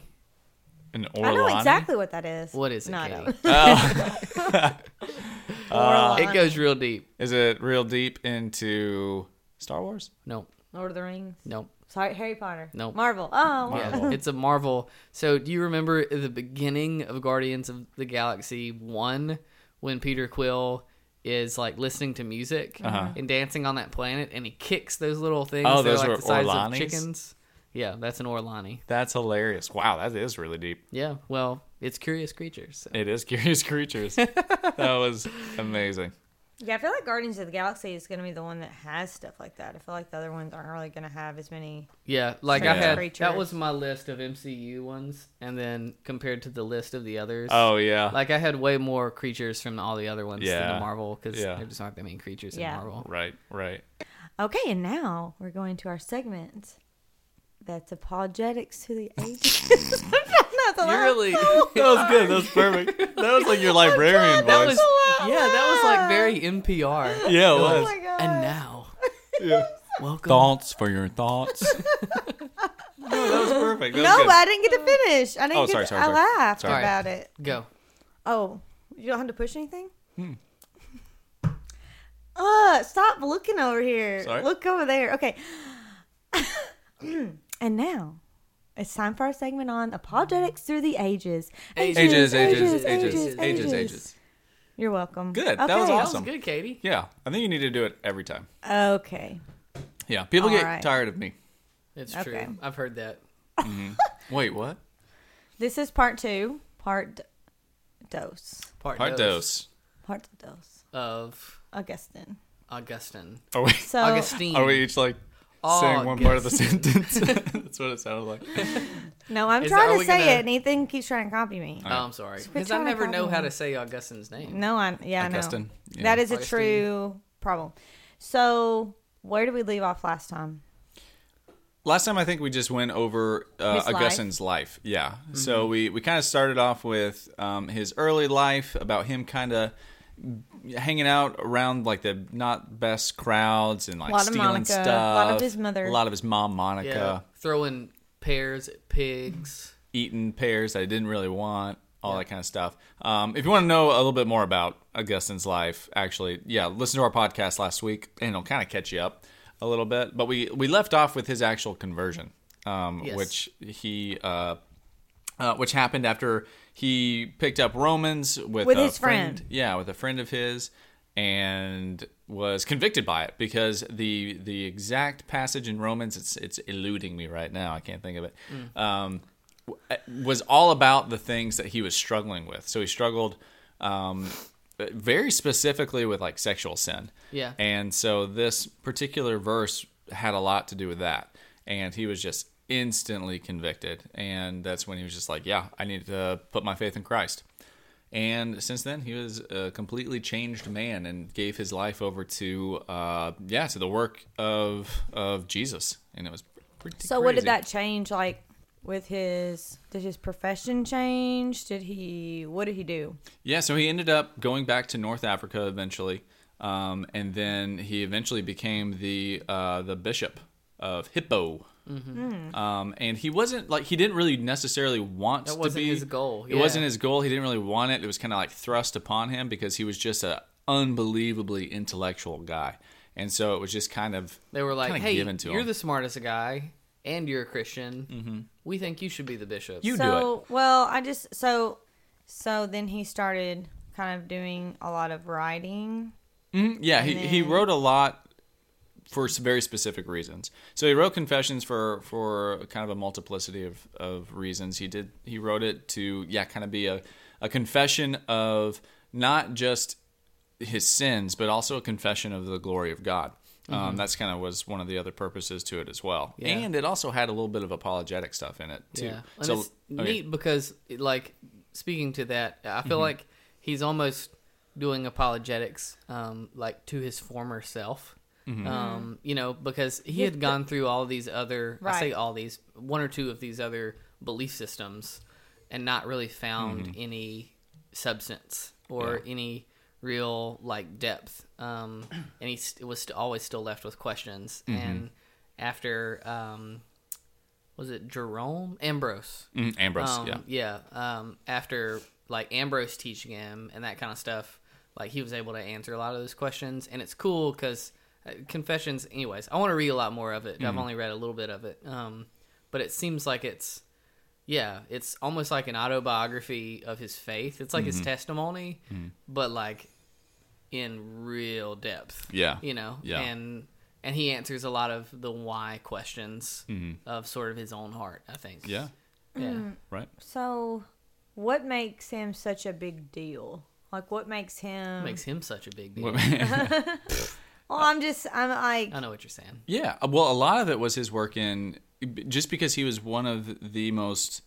An
I
Orlani.
know exactly what that is.
What is it,
No, I
Katie?
*laughs* don't.
Oh.
*laughs*
It goes real deep.
Is it real deep into Star Wars?
No,
Lord of the Rings.
no.
Sorry, Harry Potter.
Nope.
Marvel. Oh,
Yeah, it's a Marvel. So, do you remember at the beginning of Guardians of the Galaxy 1 when Peter Quill is like listening to music and dancing on that planet and he kicks those little things
Uh-huh. Oh,
that are
those
like
were
the size
Orlanis?
of chickens? Yeah, that's an Orlani.
That's hilarious. Wow, that is really deep.
Yeah, well, it's curious creatures. so-
It is *laughs* Curious Creatures. that was amazing.
yeah. I feel like Guardians of the Galaxy is going to be the one that has stuff like that. I feel like the other ones aren't really going to have as many.
Yeah, like I
Yeah.
had that
creatures.
was my list of MCU ones and then compared to the list of the others.
Oh yeah.
Like I had way more creatures from all the other ones than
Yeah.
the Marvel because
Yeah.
they're just not that many creatures
Yeah.
in Marvel.
right, right.
Okay, and now we're going to our segment. That's apologetics *laughs* to the ages. That's a lot.
You're really
That was good. That was perfect. That was like
*laughs*
your librarian
Oh that was
voice.
yeah, that was like very NPR.
yeah, it
Oh my
was.
god.
And now,
Yeah.
welcome.
Thoughts for your
*laughs*
thoughts. no, that was perfect. That
no,
was
but I didn't get to finish. I didn't
Oh,
get
sorry,
to,
sorry,
I
sorry.
laughed
Sorry.
about it.
Go.
Oh, You don't have to push anything?
Hmm.
*laughs* Uh, stop looking over here.
Sorry.
Look over there. Okay. *coughs* and now it's time for our segment on apologetics through the ages.
Ages, ages, ages,
ages,
ages,
ages.
ages.
You're welcome.
Good. That was
Okay.
That was
Awesome.
good, Katie.
Yeah, I think you need to do it every time.
Okay.
Yeah, people
All
get
right.
tired of me.
It's
Okay.
true. I've heard that.
Wait, what?
This is part two. Part d- dos.
Part,
Part dose.
Part dos.
of
Augustine.
Augustine.
Are we?
So
Augustine.
Are we each like saying one part of the sentence? *laughs* That's what it sounded like.
no, I'm
Is-
trying
are
to
we
say
gonna-
it, and Ethan keeps trying to copy me.
Oh, I'm sorry. Because
trying
I
to
never know
copy
how
me.
to say Augustine's name.
No, I yeah, I know.
Augustine, yeah.
That is a
Augustine.
true problem. So where did we leave off last time?
Last time I think we just went over uh,
His life. Mm-hmm.
Augustine's life. Yeah. So we, we kind of started off with um, his early life about him kind of hanging out around like the not best crowds and like
Lot of
stealing
Monica,
stuff.
lot of his mother.
A lot of his mom Monica
Yeah. Throwing pears at pigs.
eating pears that I didn't really want. All that kind of stuff. Um, if you want to know a little bit more about Augustine's life, actually, yeah, listen to our podcast last week, and it'll kind of catch you up a little bit. But we we left off with his actual conversion, um,
Yes.
which he uh, uh, which happened after he picked up Romans with
With
a
his friend.
yeah, with a friend of his, and was convicted by it because the the exact passage in Romans it's it's eluding me right now. I can't think of it. Um, w- was all about the things that he was struggling with. So he struggled um, very specifically with like sexual sin.
Yeah.
and so this particular verse had a lot to do with that, and he was just instantly convicted, and that's when he was just like, "Yeah, I need to put my faith in Christ." And since then, he was a completely changed man and gave his life over to, uh, yeah, to the work of of Jesus, and it was pretty.
So what
crazy.
did that change like with his did his profession change? Did he what did he do?
Yeah, so he ended up going back to North Africa eventually, um, and then he eventually became the uh, the bishop of Hippo.
Mm-hmm.
Um, and he wasn't like he didn't really necessarily want
That
to
wasn't
be
his goal,
It wasn't
yeah.
his goal. He didn't really want it. It was kind of like thrust upon him because he was just a unbelievably intellectual guy, and so it was just kind of
They were like,
kinda
hey,
given to
you're
him. Mm-hmm.
the smartest guy and you're a Christian. We think you should be the bishop.
You- do
so well, I just so so then he started kind of doing a lot of writing.
Yeah, he, he
then-
wrote a lot for s- very specific reasons. So he wrote Confessions for for kind of a multiplicity of, of reasons. He did he wrote it to yeah, kind of be a, a confession of not just his sins, but also a confession of the glory of God. Um, that's kind of was one of the other purposes to it as well,
Mm-hmm. Yeah.
and it also had a little bit of apologetic stuff in it too.
Yeah. And
So
it's
okay.
neat because, like, speaking to that, I feel like he's almost doing apologetics, um, like, to his former self. Um, you know, because he had gone through all these other, I say
Right.
all these, one or two of these other belief systems and not really found any substance or any real, like, depth. Um, and he st- was st- always still left with questions. And after, um, was it Jerome Ambrose?
Mm, Ambrose,
Um,
yeah,
yeah. Um, after like Ambrose teaching him and that kind of stuff, like he was able to answer a lot of those questions, and it's cool because uh, Confessions. Anyways, I want to read a lot more of it.
Mm.
I've only read a little bit of it, um, but it seems like it's yeah, it's almost like an autobiography of his faith. It's like his
Mm-hmm.
testimony,
Mm.
but like in real depth.
Yeah.
you know,
Yeah.
and and he answers a lot of the why questions of sort of his own heart. I think.
Mm-hmm. yeah,
Yeah. *laughs*
right.
So what makes him such a big deal? Like what makes him
Makes him such a
*laughs*
big deal.
What-
Well, I'm just I'm like
I know what you're saying.
Yeah, uh, well, a lot of it was his work in just because he was one of the most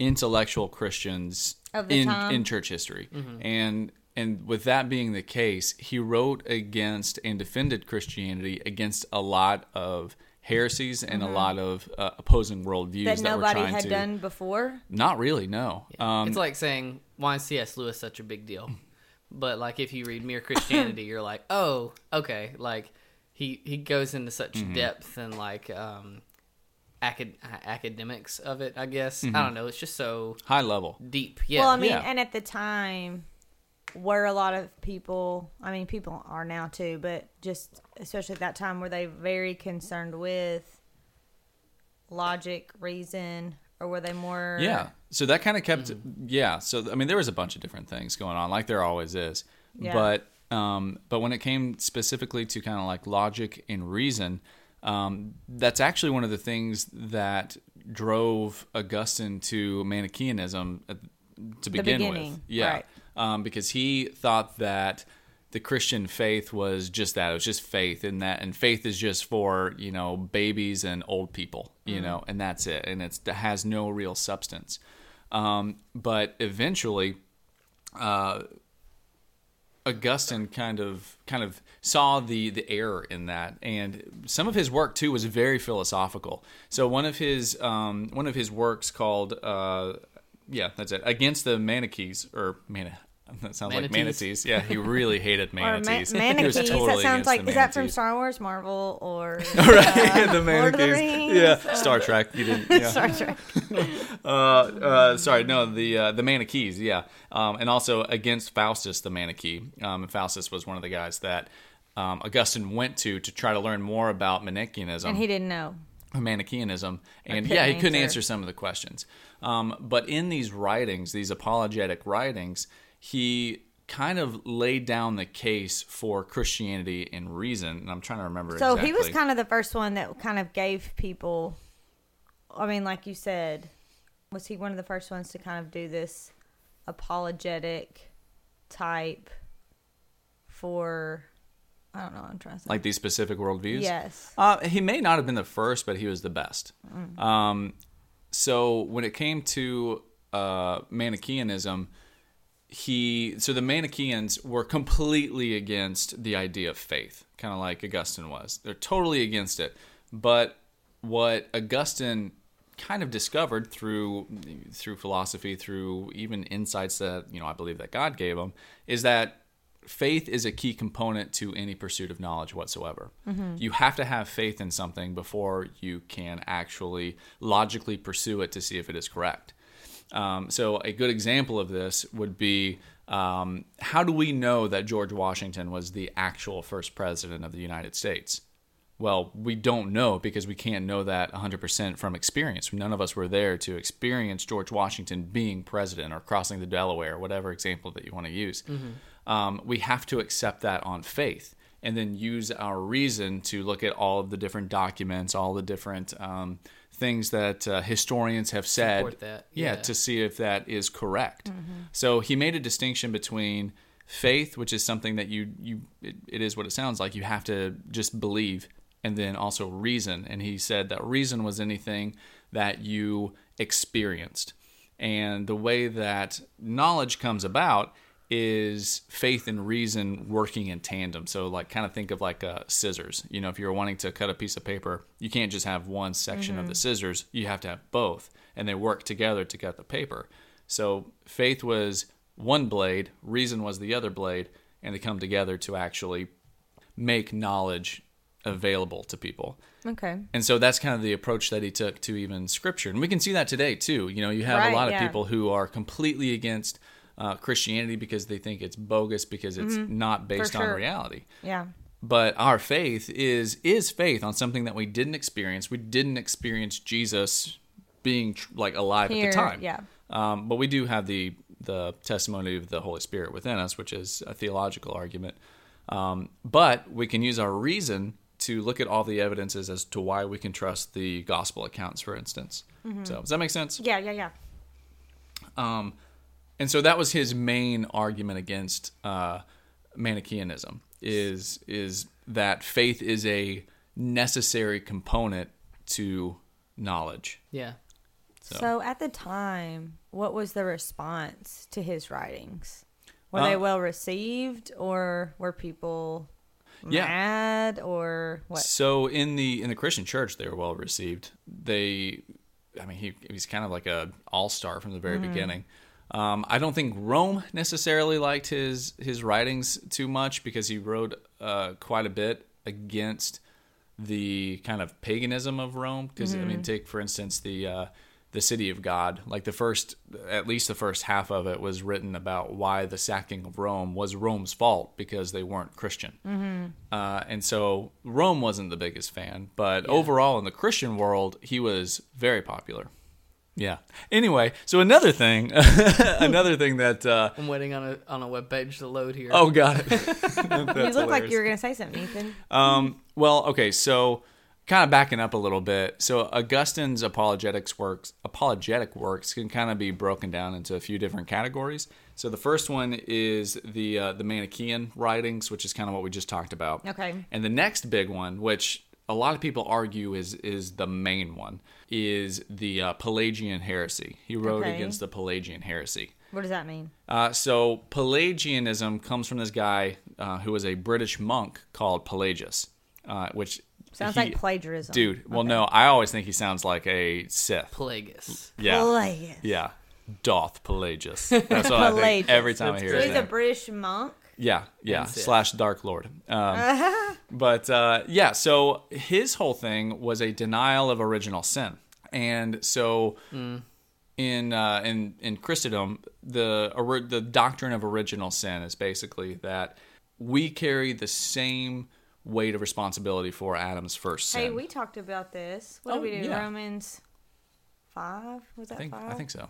intellectual Christians
Of the
in
time.
in church history, and and with that being the case, he wrote against and defended Christianity against a lot of heresies and a lot of uh, opposing worldviews that,
Mm-hmm. that
were
nobody
trying
had
to.
done before.
Not really, no. Um,
it's like saying, why is C.S. Lewis such a big deal? But like if you read Mere Christianity, you're
*laughs*
like, oh, okay. Like he he goes into such
Mm-hmm.
depth and like um acad- uh, academics of
Mm-hmm.
it, I guess. I don't know. It's just so
high level.
deep. Yeah.
Well, I mean,
Yeah.
and at the time, were a lot of people. I mean, people are now too, but just especially at that time, were they very concerned with logic, reason, or were they more?
Yeah. So that kind of kept, yeah. So, th- I mean, there was a bunch of different things going on, like there always is.
Yeah.
But, um, but when it came specifically to kind of like logic and reason, um, that's actually one of the things that drove Augustine to uh, Manichaeanism at, to begin with.
beginning,
Yeah.
right.
Um, because he thought that the Christian faith was just that. It was just faith and that, and faith is just for, you know, babies and old people,
Mm.
you know, and that's it. And it's, it has no real substance. Um, but eventually, Augustine kind of kind of saw the the error in that, and some of his work too was very philosophical. So one of his um, one of his works called uh, yeah, that's it. Against the Manichees or man, that sounds like manatees.
Manatees.
Yeah, he really hated
Or ma-
manatees.
manatees.
He was totally
that
against
sounds like.
the
Is that from
manatees.
Star Wars, Marvel, or
right? the
Lord of the
Manatees.
Rings.
Yeah, Star Trek. You didn't. *laughs* Yeah.
Star Trek?
uh, sorry, no, the uh, the Manichees, yeah, um, and also against Faustus the Manichee. Um, and Faustus was one of the guys that um, Augustine went to to try to learn more about Manichaeanism,
And he didn't know.
Manichaeanism, and
couldn't
yeah, he couldn't
answer.
answer some of the questions. Um, but in these writings, these apologetic writings, he kind of laid down the case for Christianity and reason. And I'm trying to remember.
So
exactly.
he was kind of the first one that kind of gave people. I mean, like you said, was he one of the first ones to kind of do this apologetic type for? I don't know. what I'm trying to say.
like these specific worldviews.
yes.
Uh, he may not have been the first, but he was the best. Um, so when it came to uh, Manichaeanism, he so the Manichaeans were completely against the idea of faith, kind of like Augustine was. They're totally against it. But what Augustine kind of discovered through through philosophy, through even insights that you know I believe that God gave him, is that faith is a key component to any pursuit of knowledge whatsoever. You have to have faith in something before you can actually logically pursue it to see if it is correct. Um, so a good example of this would be um, how do we know that George Washington was the actual first president of the United States? Well, we don't know because we can't know that 100% from experience. None of us were there to experience George Washington being president or crossing the Delaware, whatever example that you want to use.
Mm-hmm.
Um, we have to accept that on faith and then use our reason to look at all of the different documents, all the different um, things that uh, historians have said.
Support that,
yeah,
yeah.
to to see if that is correct. So he made a distinction between faith, which is something that you you it, it is what it sounds like. You have to just believe, and then also reason. And he said that reason was anything that you experienced, and the way that knowledge comes about is faith and reason working in tandem. So like kind of think of like uh, scissors. You know, if you're wanting to cut a piece of paper, you can't just have one section of the scissors. You have to have both, and they work together to cut the paper. So faith was one blade, reason was the other blade, and they come together to actually make knowledge available to people.
Okay.
And so that's kind of the approach that he took to even scripture. And we can see that today too. You know, you have
Right,
a lot of
yeah.
people who are completely against uh, Christianity because they think it's bogus because it's not based on
Mm-hmm. sure.
reality.
Yeah.
But our faith is is faith on something that we didn't experience. We didn't experience Jesus being tr- like alive at
Here,
the time.
yeah.
Um, but we do have the the testimony of the Holy Spirit within us, which is a theological argument. Um, but we can use our reason to look at all the evidences as to why we can trust the gospel accounts, for instance.
Mm-hmm.
So does that make sense?
Yeah. Yeah. Yeah.
and so that was his main argument against uh, Manichaeanism is is that faith is a necessary component to knowledge.
Yeah.
So. at the time, what was the response to his writings? Were they
Uh,
well received, or were people
Yeah.
mad, or what?
So in the in the Christian church, they were well received. They, I mean, he he's kind of like a all star from the very beginning. Um, I don't think Rome necessarily liked his his writings too much because he wrote uh, quite a bit against the kind of paganism of Rome. Because I mean, take for instance the uh, the city of God. Like the first, at least the first half of it was written about why the sacking of Rome was Rome's fault because they weren't Christian. Uh, and so Rome wasn't the biggest fan, but overall in the Christian world, he was very popular. Yeah. Anyway, so another thing, *laughs* another thing that. Uh,
I'm waiting on a on a web page to load here.
oh, God. *laughs* you
You look like you were gonna say something, Ethan.
um, well, okay, so kind of backing up a little bit. So Augustine's apologetics works, apologetic works, can kind of be broken down into a few different categories. So the first one is the uh, the Manichaean writings, which is kind of what we just talked about.
Okay.
And the next big one, which a lot of people argue is is the main one, is the uh, Pelagian heresy. He wrote
Okay.
against the Pelagian heresy.
What does that mean?
Uh, so Pelagianism comes from this guy uh, who was a British monk called Pelagius, uh, which
Sounds
he-
like plagiarism,
Dude, well, no, I always think he sounds like a Sith.
Plagueis.
Yeah,
Plagueis.
yeah, Doth
*laughs*
Pelagius. That's what I think
Pelagius.
every time I
That's
hear
So
his
he's a
name.
British monk.
Yeah, yeah,
Sith.
slash Dark Lord. Um,
*laughs*
but uh, yeah, so his whole thing was a denial of original sin, and so
Hmm.
in uh, in in Christendom, the or, the doctrine of original sin is basically that we carry the same weight of responsibility for Adam's first sin.
Hey, we talked about this. What
Oh,
did we do?
yeah.
Romans five? Was that
I think,
five?
I think so.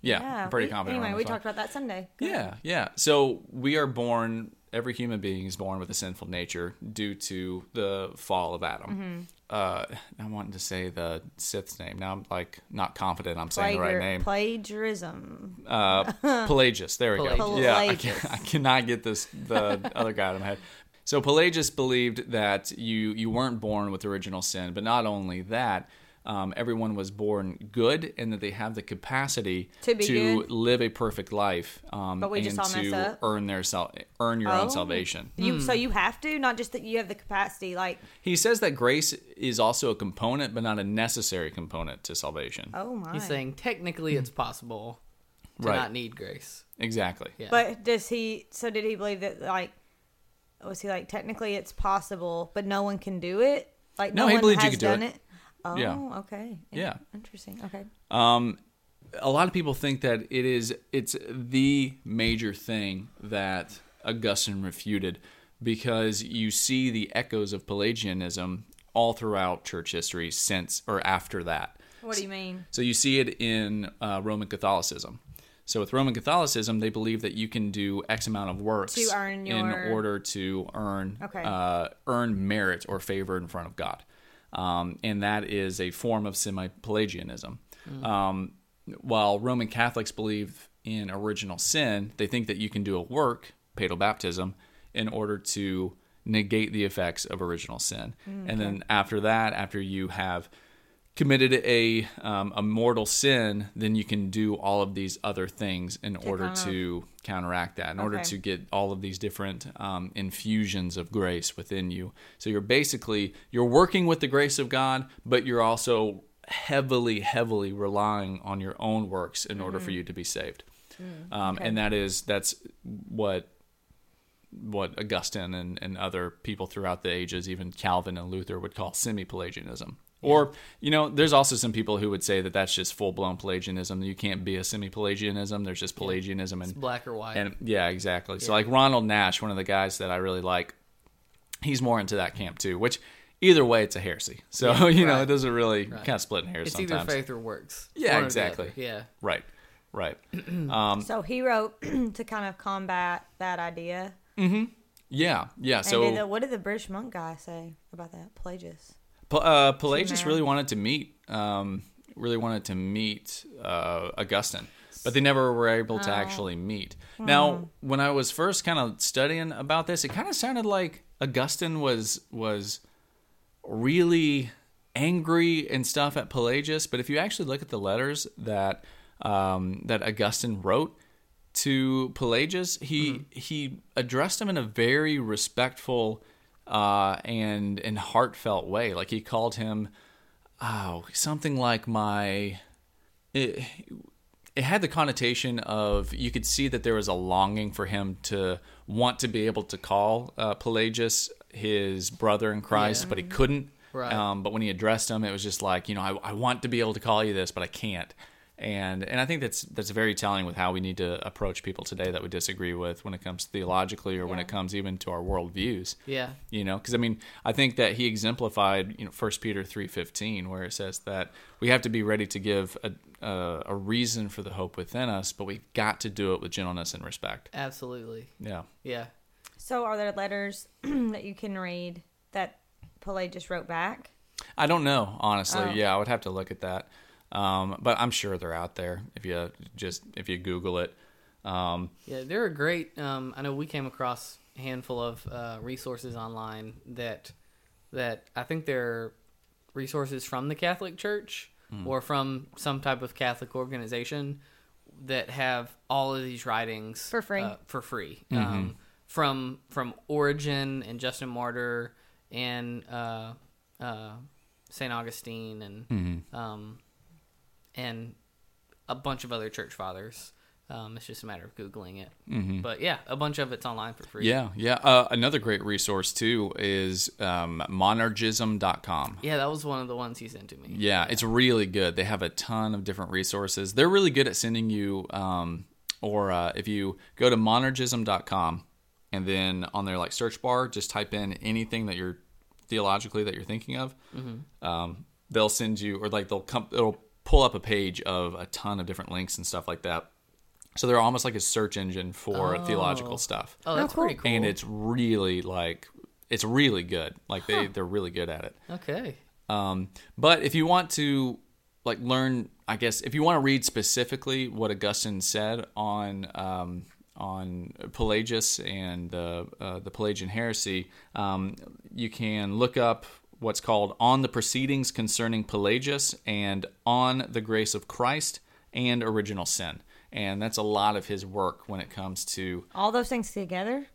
Yeah, I'm pretty
uh, we-
confident.
Anyway,
around
we
the five.
talked about that Sunday. Go ahead.
Yeah, yeah. So we are born. Every human being is born with a sinful nature due to the fall of Adam. Uh, I'm wanting to say the Sith's name. Now I'm like not confident I'm saying the right
Plagiar-
name.
Plagiarism.
Uh, Pelagius. There we go.
Pelagius.
Yeah, I,
Pelagius.
can, I cannot get this
*laughs*
the other guy out of my head. So Pelagius believed that you you weren't born with original sin, but not only that, um, everyone was born good, and that they have the capacity
To be good.
live a perfect life, um,
But we
and
just all
to
mess up.
earn their sal- earn your
Oh.
own salvation.
You so you have to not just that you have the capacity. Like,
He says that grace is also a component, but not a necessary component to salvation.
oh my.
He's saying technically it's possible to
Right.
not need grace.
Exactly.
Yeah.
But does he? So did he believe that? Like, was he like technically it's possible, but no one can do it? Like,
No,
no,
he
one
believed you
has
could do
done
it.
it. Oh,
Yeah.
okay.
Yeah.
Interesting. Okay.
a lot of people think that it is it's the major thing that Augustine refuted because you see the echoes of Pelagianism all throughout church history since or after that.
What do you mean?
So you see it in uh, Roman Catholicism. So with Roman Catholicism, they believe that you can do X amount of works
To earn
in
your-
order to earn
Okay.
uh, earn merit or favor in front of God, um, and that is a form of semi-Pelagianism.
Mm.
Um, while Roman Catholics believe in original sin, they think that you can do a work, paedal baptism, in order to negate the effects of original sin.
Mm,
And then after that, after you have committed a um, a mortal sin, then you can do all of these other things in order
kind of-
to counteract that, in order
Okay.
to get all of these different um, infusions of grace within you. So you're basically you're working with the grace of God, but you're also heavily, heavily relying on your own works in order for you to be saved. Um, And that is that's what what Augustine and, and other people throughout the ages, even Calvin and Luther, would call semi Pelagianism. Or, you know, there's also some people who would say that that's just full blown Pelagianism. You can't be a semi Pelagianism. There's just Pelagianism. And,
black or white.
and yeah, exactly. So, like Ronald Nash, one of the guys that I really like, he's more into that camp too, which either way, it's a heresy. So, *laughs* you know,
right.
it doesn't really kind of split in hairs
it's
sometimes.
either faith or works.
Yeah,
One or the
exactly.
other. Yeah.
Right, right.
so he wrote *clears throat* to kind of combat that idea.
Yeah, yeah.
And
So,
did the, what did the British monk guy say about that? Plagius.
P- uh, Pelagius
Matt.
really wanted to meet, um, really wanted to meet uh, Augustine, but they never were able
Oh.
to actually meet.
Hmm.
Now, when I was first kind of studying about this, it kind of sounded like Augustine was was really angry and stuff at Pelagius, but if you actually look at the letters that um, that Augustine wrote to Pelagius, he he addressed him in a very respectful uh, and and heartfelt way. Like he called him oh something like my. It, it had the connotation of you could see that there was a longing for him to want to be able to call uh, Pelagius his brother in Christ, but he couldn't.
Right.
Um, but when he addressed him, it was just like, you know, I, I want to be able to call you this, but I can't. And and I think that's that's very telling with how we need to approach people today that we disagree with when it comes theologically or when it comes even to our worldviews
Yeah.
you know because i mean i think that he exemplified you know 1 peter 3.15 where it says that we have to be ready to give a, a, a reason for the hope within us but we've got to do it with gentleness and respect
Absolutely.
yeah
Yeah.
So, are there letters *clears throat* that you can read that Pele just wrote back?
i don't know honestly yeah i would have to look at that um, but i'm sure they're out there if you just if you google it um,
Yeah, there are great. Um, I know we came across a handful of uh, resources online that that I think they're resources from the Catholic Church or from some type of Catholic organization that have all of these writings
For free.
uh, for free um, from from Origen and Justin Martyr and uh, uh, Saint Augustine and um, and a bunch of other church fathers. Um, it's just a matter of googling it. But yeah, a bunch of it's online for free.
Mm-hmm. yeah yeah uh, another great resource too is um, monarchism.com
yeah, that was one of the ones he sent to me.
Yeah, it's really good. They have a ton of different resources. They're really good at sending you, um, or uh, if you go to monergism.com and then on their like search bar, just type in anything that you're theologically that you're thinking of. Um, they'll send you, or like they'll come, it'll pull up a page of a ton of different links and stuff like that. So they're almost like a search engine for theological stuff,
Oh, that's pretty cool.
and it's really like it's really good. Like they they're really good at it.
okay.
Um, but if you want to like learn, I guess if you want to read specifically what Augustine said on um, on Pelagius and the uh, the Pelagian heresy, um, you can look up what's called "On the Proceedings Concerning Pelagius" and "On the Grace of Christ" and "Original Sin." And that's a lot of his work when it comes to.
All those things together?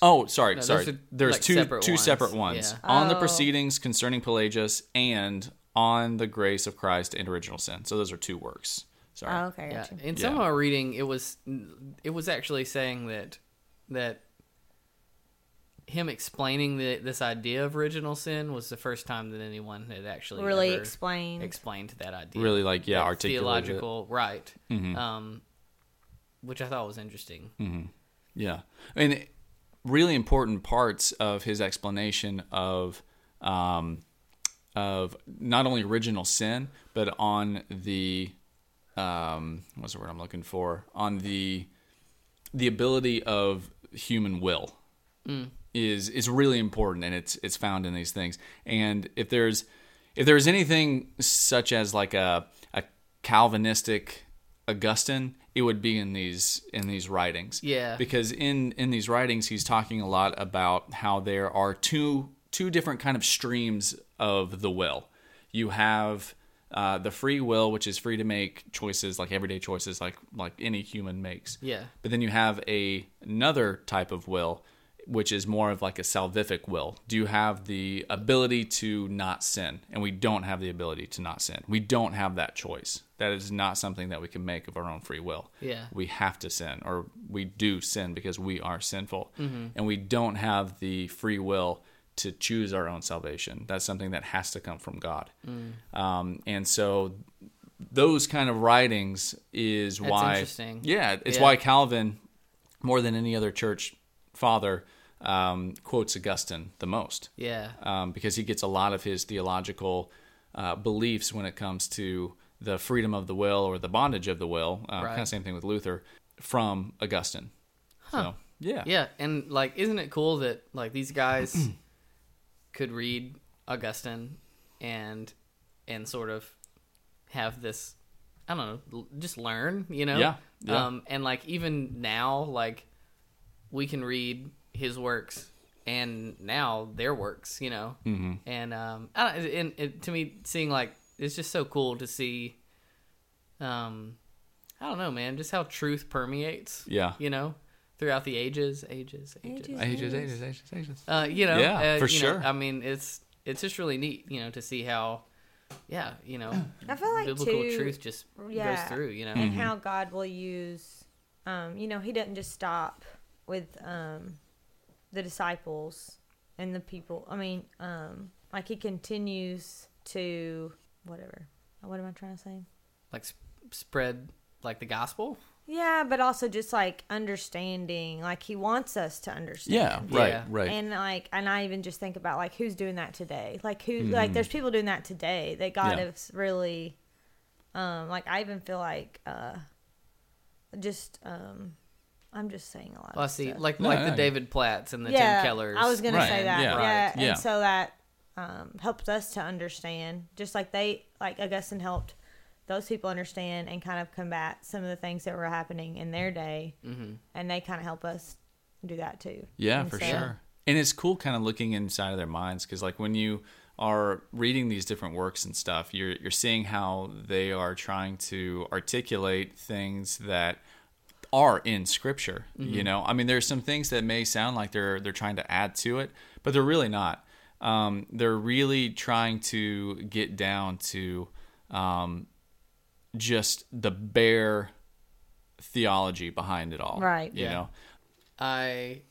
Oh, sorry,
No,
sorry.
those are,
There's
like,
two
separate
two
ones.
separate ones
Yeah.
on the
Oh.
proceedings concerning Pelagius and on the grace of Christ and original sin. So those are two works. Sorry.
Oh, okay.
Yeah.
gotcha.
In some
Yeah.
of our reading, it was it was actually saying that that him explaining the, this idea of original sin was the first time that anyone had actually
Really
ever
explained.
explained that idea.
Really, like yeah,
that
articulated. Mm-hmm.
theological right, um, which I thought was interesting.
Mm. Yeah. I mean, really important parts of his explanation of um, of not only original sin, but on the um, what's the word I'm looking for on the the ability of human will is is really important, and it's it's found in these things. And if there's if there's anything such as like a a Calvinistic Augustine, it would be in these in these writings.
Yeah.
because in in these writings, he's talking a lot about how there are two two different kind of streams of the will. You have uh, the free will, which is free to make choices like everyday choices, like like any human makes.
Yeah.
But then you have a another type of will, which is more of like a salvific will. Do you have the ability to not sin? And we don't have the ability to not sin. We don't have that choice. That is not something that we can make of our own free will.
Yeah.
We have to sin, or we do sin because we are sinful,
Mm-hmm.
and we don't have the free will to choose our own salvation. That's something that has to come from God.
Mm.
Um, and so those kind of writings is why
interesting.
yeah it's
Yeah.
why calvin more than any other church father um, quotes augustine the most
Yeah.
um, because he gets a lot of his theological uh, beliefs when it comes to the freedom of the will or the bondage of the will uh,
Right.
kind of same thing with luther from augustine so yeah
Yeah, and like, isn't it cool that like these guys *clears throat* could read Augustine and and sort of have this, I don't know, l- just learn, you know?
Yeah, yeah.
Um, and like even now, like we can read his works and now their works, you know. Mm-hmm. And um, I don't, and it, to me, seeing like it's just so cool to see. Um, I don't know, man, just how truth permeates.
Yeah.
you know, throughout the ages, ages, ages.
ages
Ages.
ages ages ages
Uh, you know,
Yeah,
uh,
for
you know,
sure.
I mean, it's it's just really neat, you know, to see how, yeah, you know,
*clears throat* I feel like
biblical
too,
truth Mm-hmm. just
yeah.
goes through, you know.
Mm-hmm.
and how God will use, um, you know, He doesn't just stop with um, the disciples and the people. I mean, um, Like he continues to whatever. What am I trying to say?
Like sp- spread like the gospel.
Yeah, but also just like understanding, like he wants us to understand.
Yeah, right,
Yeah.
right.
And like, and I even just think about like who's doing that today. Like who, like there's people doing that today that God
Mm-hmm. Yeah.
has really, um, like I even feel like, uh, just um, I'm just saying a lot.
Well, I
of
see,
stuff.
like
No,
like
no,
the
yeah.
David Platts and the
yeah,
Tim Kellers.
I was gonna
Right,
say that.
yeah,
Yeah,
right,
and
yeah.
so that um, helped us to understand, just like they, like Augustine helped those people understand and kind of combat some of the things that were happening in their day, mm-hmm. and they kind of help us do that too.
Yeah,
And
for
so-
sure. And it's cool kind of looking inside of their minds because, like, when you are reading these different works and stuff, you're, you're seeing how they are trying to articulate things that are in scripture
Mm-hmm.
you know i mean there's some things that may sound like they're they're trying to add to it but they're really not um, they're really trying to get down to um, just the bare theology behind it all
Right.
you
Yeah.
know
I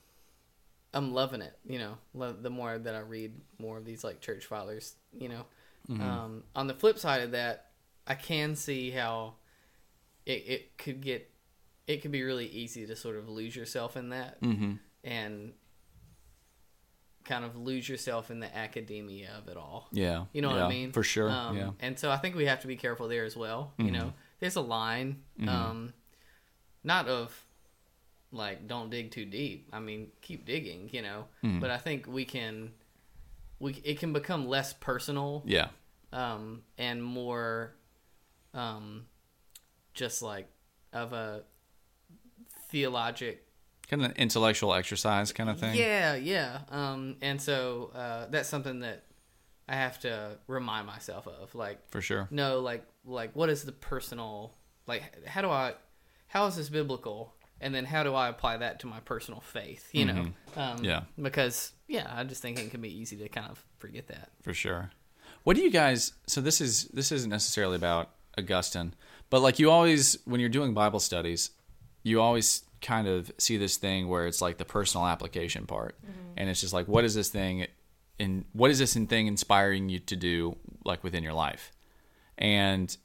I'm loving it. You know, Lo- the more that I read more of these like church fathers, you know. Um, on the flip side of that, I can see how it it could get it could be really easy to sort of lose yourself in that and kind of lose yourself in the academia of it all.
yeah
You know what
Yeah,
I mean?
for sure
Um,
yeah Mm-hmm.
And so I think we have to be careful there as well. You know, there's a line, um, not of like don't dig too deep. I mean, keep digging. You know,
Mm-hmm.
but I think we can, we it can become less personal
Yeah.
um, and more um, just like of a theologic
Kind of an intellectual exercise kind of thing.
Yeah, yeah. Um, and so uh, that's something that I have to remind myself of. Like,
For sure.
no, like, like what is the personal? Like, h- how do I? How is this biblical? And then how do I apply that to my personal faith? You know. Um,
Mm-hmm. Yeah.
Because yeah, I just think it can be easy to kind of forget that.
For sure. What do you guys so this is this isn't necessarily about Augustine, but like you always when you're doing Bible studies, you always kind of see this thing where it's like the personal application part.
Mm-hmm.
And it's just like what is this thing in what is this in thing inspiring you to do like within your life? and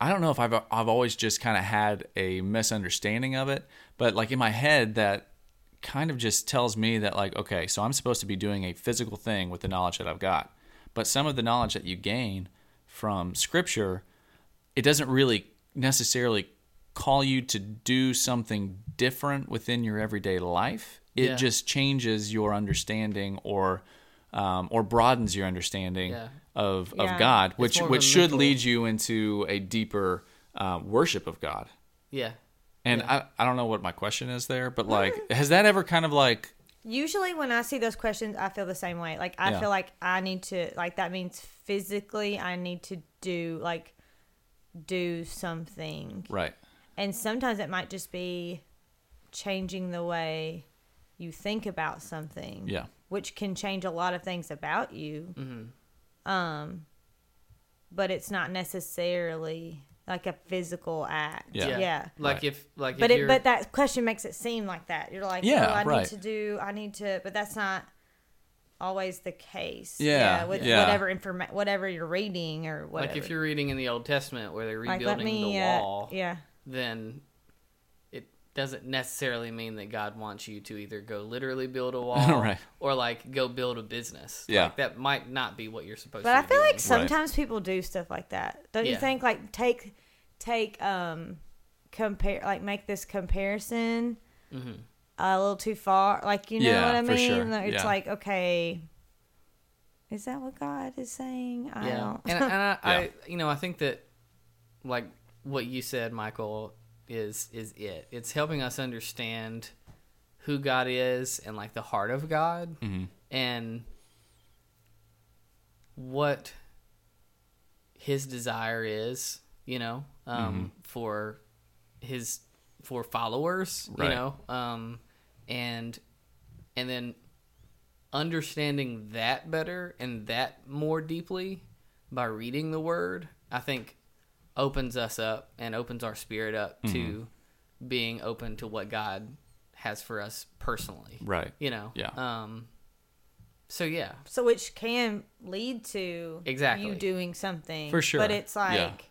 I don't know if I've I've always just kind of had a misunderstanding of it, but like in my head that kind of just tells me that like okay, so I'm supposed to be doing a physical thing with the knowledge that I've got. But some of the knowledge that you gain from scripture, it doesn't really necessarily call you to do something different within your everyday life. It
Yeah.
just changes your understanding or um, or broadens your understanding
Yeah.
of of
Yeah.
God, which
more of
which
a
should
mental-
lead you into a deeper uh, worship of God.
Yeah.
And I, I don't know what my question is there, but like, has that ever kind of like,
Usually, when I see those questions, I feel the same way. Like, I
Yeah.
feel like I need to, like, that means physically, I need to do, like, do something.
right?
And sometimes it might just be changing the way you think about something.
Yeah.
Which can change a lot of things about you. Um,
Mm-hmm.
but it's not necessarily like a physical act.
Yeah.
Yeah.
Like
Right.
if like
But
if
it,
you're,
but that question makes it seem like that. You're like,
Yeah,
oh, I
right.
need to do, I need to, but that's not always the case.
Yeah,
with
yeah.
whatever informa- whatever you're reading or whatever.
like if you're reading in the Old Testament where they're
Like,
rebuilding
let me,
the
uh,
wall,
yeah.
then it doesn't necessarily mean that God wants you to either go literally
*laughs*
build a wall
Right.
or like go build a business.
Yeah.
Like that might not be what you're supposed
But
to
I
be
feel
doing.
like sometimes people do stuff like that. Don't you
Yeah.
think? Like take take um compare like make this comparison
Mm-hmm.
a little too far. Like you know
Yeah,
what I
for
mean?
sure.
Like, It's
Yeah.
like okay, is that what God is saying? I
Yeah.
don't.
And, and I,
*laughs* Yeah.
I you know, I think that like what you said, Michael, is is it. It's helping us understand who God is and like the heart of God
Mm-hmm.
and what his desire is, you know,
Mm-hmm.
um, for his for followers,
Right.
you know, um, and and then understanding that better and that more deeply by reading the word, I think opens us up and opens our spirit up to
Mm-hmm.
being open to what God has for us personally.
Right.
You know.
Yeah.
Um So yeah,
So which can lead to
Exactly.
you doing something
For sure.
But it's
Yeah.
like,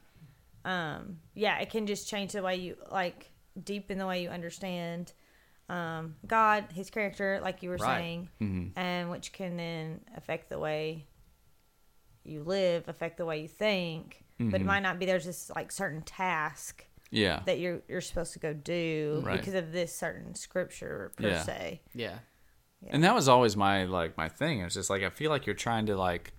um, yeah, it can just change the way you like deepen the way you understand um, God, His character, like you were
Right.
saying,
Mm-hmm.
and which can then affect the way you live, affect the way you think. But
Mm-hmm.
it might not be there's this like certain task
Yeah.
that you're you're supposed to go do
Right.
because of this certain scripture per
Yeah.
se.
yeah,
And that was always my like my thing. It's just like I feel like you're trying to like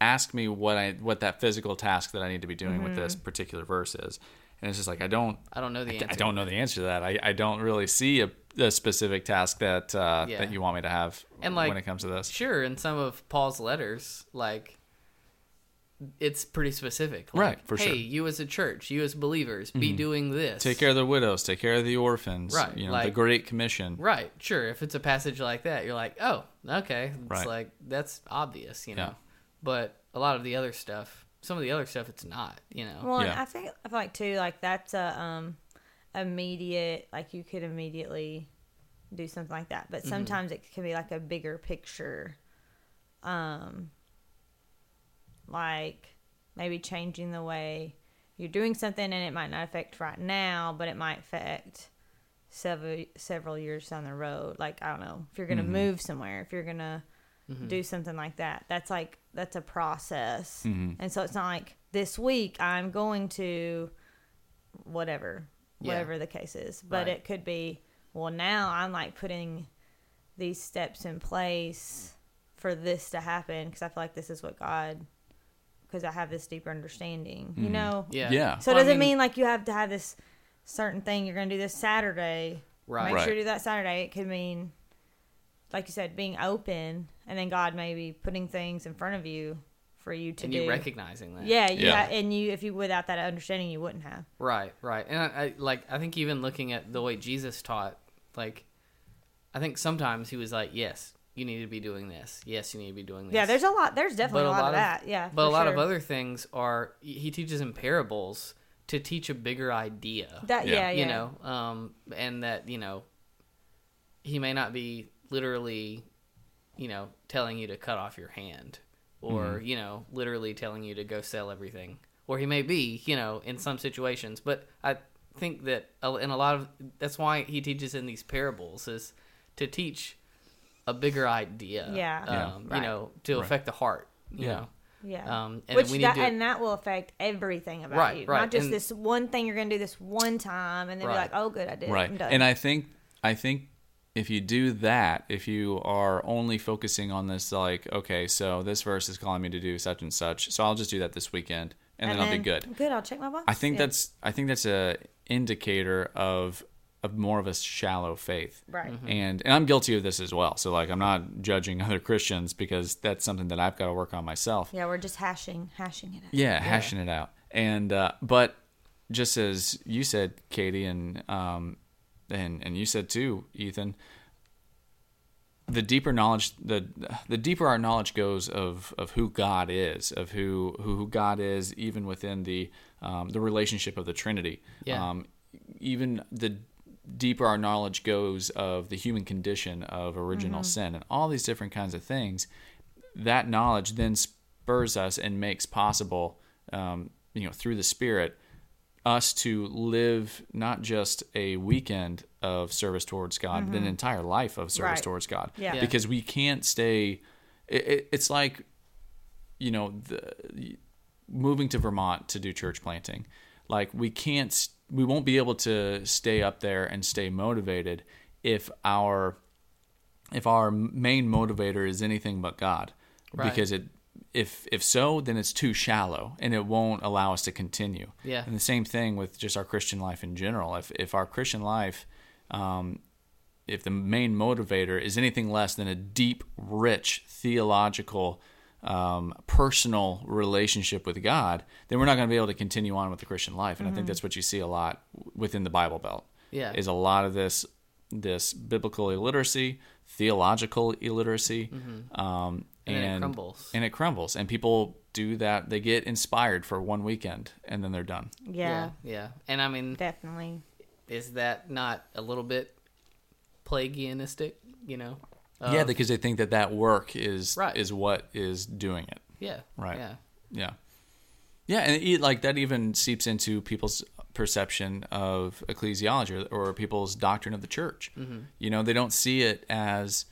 ask me what I what that physical task that I need to be doing with this particular verse is. And it's just like I don't
I don't know Mm-hmm. the
I,
answer.
I don't know the answer to that. I, I don't really see a, a specific task that uh,
Yeah.
that you want me to have
And, like,
when it comes to this.
Sure, in some of Paul's letters, like it's pretty specific. Like,
Right, for
hey,
sure. Mm-hmm.
you as a church, you as believers, be doing this.
Take care of the widows, take care of the orphans,
Right,
you know, the
like-
Great Commission.
Right, sure. If it's a passage like that, you're like, oh, okay. It's
Right.
like that's obvious, you know.
Yeah.
But a lot of the other stuff, some of the other stuff, it's not, you know.
Well, and
Yeah.
I think I feel like too, like that's a um immediate, like you could immediately do something like that. But sometimes it can be like a bigger picture, um, like maybe changing the way you're doing something, and it might not affect right now, but it might affect several several years down the road. Like I don't know if you're gonna
Mm-hmm.
move somewhere, if you're gonna do something like that. That's like that's a process,
Mm-hmm.
and so it's not like this week I'm going to whatever,
Yeah.
whatever the case is. But
Right.
it could be well now I'm like putting these steps in place for this to happen because I feel like this is what God, because I have this deeper understanding, you know.
Mm-hmm. yeah.
Yeah.
So
Well, I
does it doesn't mean like you have to have this certain thing you're going to do this Saturday.
Right.
Make
Right.
sure you do that Saturday. It could mean, like you said, being open, and then God maybe putting things in front of you for you to
and
do.
you recognizing that.
yeah, you
Yeah.
Ha- and you if you without that understanding, you wouldn't have.
Right, right. And I, I like I think even looking at the way Jesus taught, like I think sometimes he was like, Yes, you need to be doing this. Yes, you need to be doing this.
Yeah, there's a lot. There's definitely a lot, of that. Yeah,
But
for
a lot of
sure.
other things are he teaches in parables to teach a bigger idea.
that.
Yeah.
Yeah, yeah.
you know um and that you know he may not be literally you know telling you to cut off your hand or
Mm-hmm.
you know literally telling you to go sell everything or he may be you know in some situations but i think that a- in a lot of that's why he teaches in these parables is to teach a bigger idea
Yeah.
um,
Yeah.
you
Right.
know to affect the heart you
Yeah.
know
Yeah.
um, and
Which
we need
that
to
and that will affect everything about
Right,
you,
right,
not just
and-
this one thing you're going to do this one time, and then be
Right.
like, "Oh, good, I did." it.
right
I'm done.
and i think i think if you do that if you are only focusing on this like okay so this verse is calling me to do such and such so i'll just do that this weekend and, then, i'll be good
Good. I'll check my box.
i think
Yeah.
that's i think that's a indicator of of more of a shallow faith
right.
and and i'm guilty of this as well so like i'm not judging *laughs* other christians because that's something that i've got to work on myself
Yeah, we're just hashing, hashing it out.
yeah, hashing it out. And uh, but just as you said, Katie, and um, and and you said too, Ethan. The deeper knowledge, the the deeper our knowledge goes of of who God is, of who who God is, even within the um, the relationship of the Trinity.
Yeah.
Um, even the deeper our knowledge goes of the human condition of original sin and all these different kinds of things that knowledge then spurs us and makes possible, um, you know, through the Spirit, us to live not just a weekend of service towards God, but an entire life of service
Right.
towards God.
Yeah. Yeah.
Because we can't stay. It, it, it's like, you know, the, moving to Vermont to do church planting. Like we can't, we won't be able to stay up there and stay motivated if our if our main motivator is anything but God,
Right.
because it if if so, then it's too shallow and it won't allow us to continue.
Yeah.
And the same thing with just our Christian life in general. If if our Christian life, um, if the main motivator is anything less than a deep, rich theological, um, personal relationship with God, then we're not going to be able to continue on with the Christian life. And I think that's what you see a lot within the Bible Belt
Mm-hmm. Yeah.
is a lot of this this biblical illiteracy, theological illiteracy, um,
Mm-hmm. And
and,
then it crumbles.
And it crumbles, and people do that. They get inspired for one weekend, and then they're done.
Yeah,
yeah yeah and i mean
definitely.
is that not a little bit plagianistic you know
yeah, because they think that that work is
Oh. Right.
is what is doing it.
Yeah.
Right.
Yeah.
Yeah. Yeah, and it, like that even seeps into people's perception of ecclesiology or, or people's doctrine of the church. You know, they don't see it as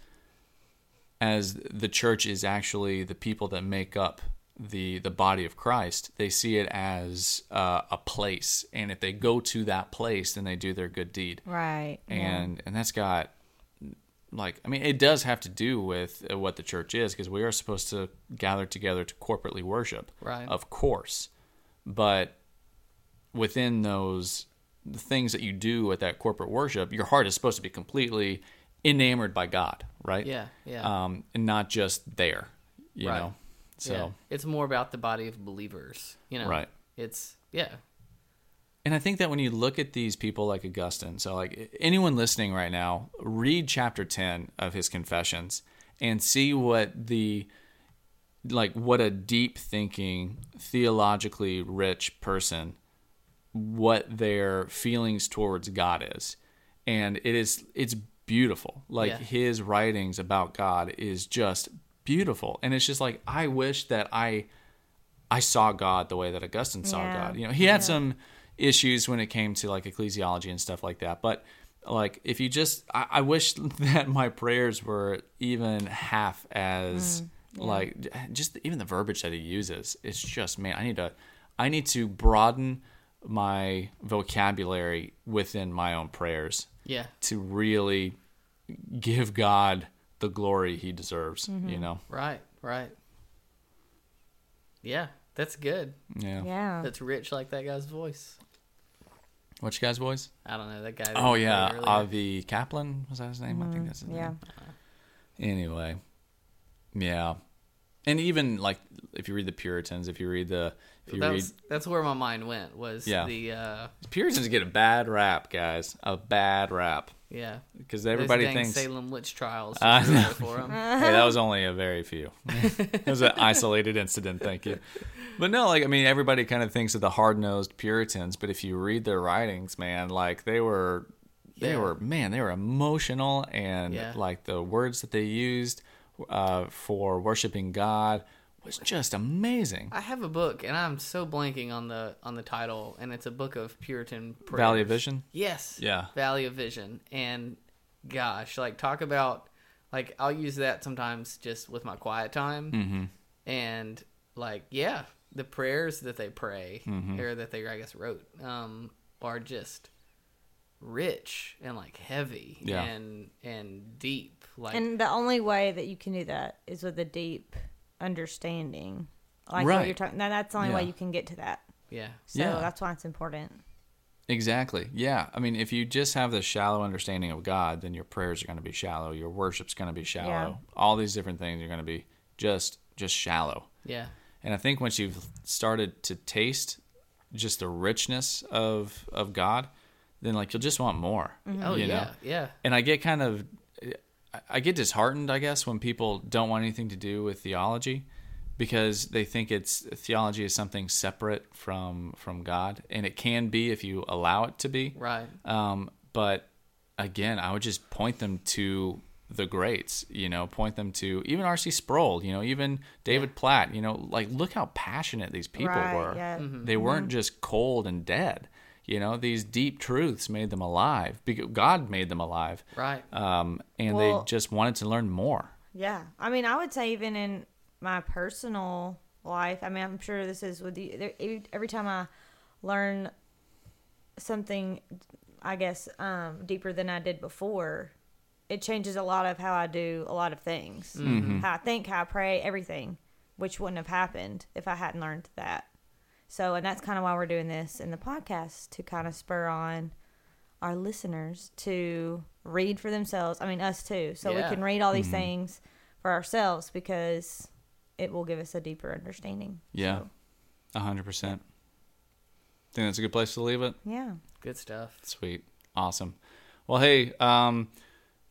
as the church is actually the people that make up the the body of Christ. They see it as uh, a place, and if they go to that place, then they do their good deed
Right.
and and that's got like I mean it does have to do with uh, what the church is because we are supposed to gather together to corporately worship,
Right.
Of course, but within those the things that you do at that corporate worship, your heart is supposed to be completely enamored by God, right?
Yeah, yeah.
um, and not just there, you
Right.
know. So.
Yeah. it's more about the body of believers. You know.
Right.
It's yeah.
And I think that when you look at these people like Augustine, so like anyone listening right now, read chapter 10 of his Confessions and see what the like what a deep thinking, theologically rich person what their feelings towards God is. And it is it's beautiful. Like
Yeah.
his writings about God is just beautiful. And it's just like I wish that I I saw God the way that Augustine saw
Yeah.
God. You know, he had some issues when it came to like ecclesiology and stuff like that. But like, if you just, I, I wish *laughs* that my prayers were even half as
Mm,
like j- just even the verbiage that he uses. It's just man, I need to, I need to broaden my vocabulary within my own prayers
Yeah.
to really give God the glory he deserves.
Mm-hmm.
You know,
Right. Right. Yeah. That's good.
yeah.
Yeah.
That's rich like that guy's voice.
What you guys, boys?
I don't know that guy. that
Oh
we played
yeah,
earlier.
Avi Kaplan was that his name? I
Mm,
think that's his
yeah.
name. Anyway, yeah, and even like if you read the Puritans, if you read the if you
That
read
was, that's where my mind went. Was
Yeah.
the uh,
Puritans get a bad rap, guys, a bad rap
yeah.
because
Those
everybody
dang
thinks
Salem witch trials
I
were there
know.
for
*laughs*
him.
hey, that was only a very few. *laughs* it was an isolated incident. Thank you. But no, like I mean, everybody kind of thinks of the hard nosed Puritans, but if you read their writings, man, like they were, they
Yeah.
were, man, they were emotional, and
Yeah.
like the words that they used uh, for worshiping God was just amazing.
I have a book, and I'm so blanking on the on the title, and it's a book of Puritan prayers.
Valley of Vision.
Yes.
Yeah.
Valley of Vision, and gosh, like talk about like I'll use that sometimes just with my quiet time, mm-hmm. and like yeah, the prayers that they pray
Mm-hmm.
or that they I guess wrote um, are just rich and like heavy
Yeah.
and and deep like
And the only way that you can do that is with a deep understanding. Like
Right.
what you're talking. Now that's the only way
Yeah.
you can get to that.
yeah
So
Yeah.
that's why it's important.
Exactly. Yeah. I mean, if you just have the shallow understanding of God, then your prayers are going to be shallow. Your worship's going to be shallow. All these different things are going to be just just shallow.
yeah
And I think once you've started to taste just the richness of of God, then like you'll just want more.
oh
you know?
yeah yeah
And I get kind of I- I get disheartened, I guess, when people don't want anything to do with theology because they think it's theology is something separate from from God, and it can be if you allow it to be.
right
Um, but again, I would just point them to the greats, you know, point them to even R.C. Sproul, you know, even David Platt, you know, like look how passionate these people
Right,
were.
yeah. Mm-hmm.
They weren't just cold and dead. You know, these deep truths made them alive. Because God made them alive.
right
Um, and
Well-
they just wanted to learn more.
Yeah. I mean, I would say even in my personal life, I mean, I'm sure this is with you. there- ev- Every time I learn something, I guess, um, deeper than I did before, it changes a lot of how I do a lot of things. How I think, how I pray, everything, which wouldn't have happened if I hadn't learned that. So, and that's kind of why we're doing this in the podcast to kind of spur on our listeners to read for themselves. I mean, us too. So
Yeah.
we can read all these
Mm-hmm.
things for ourselves because it will give us a deeper understanding.
Yeah.
So,
A hundred percent. Think that's a good place to leave it?
yeah.
good stuff
Sweet. Awesome. Well, hey, um,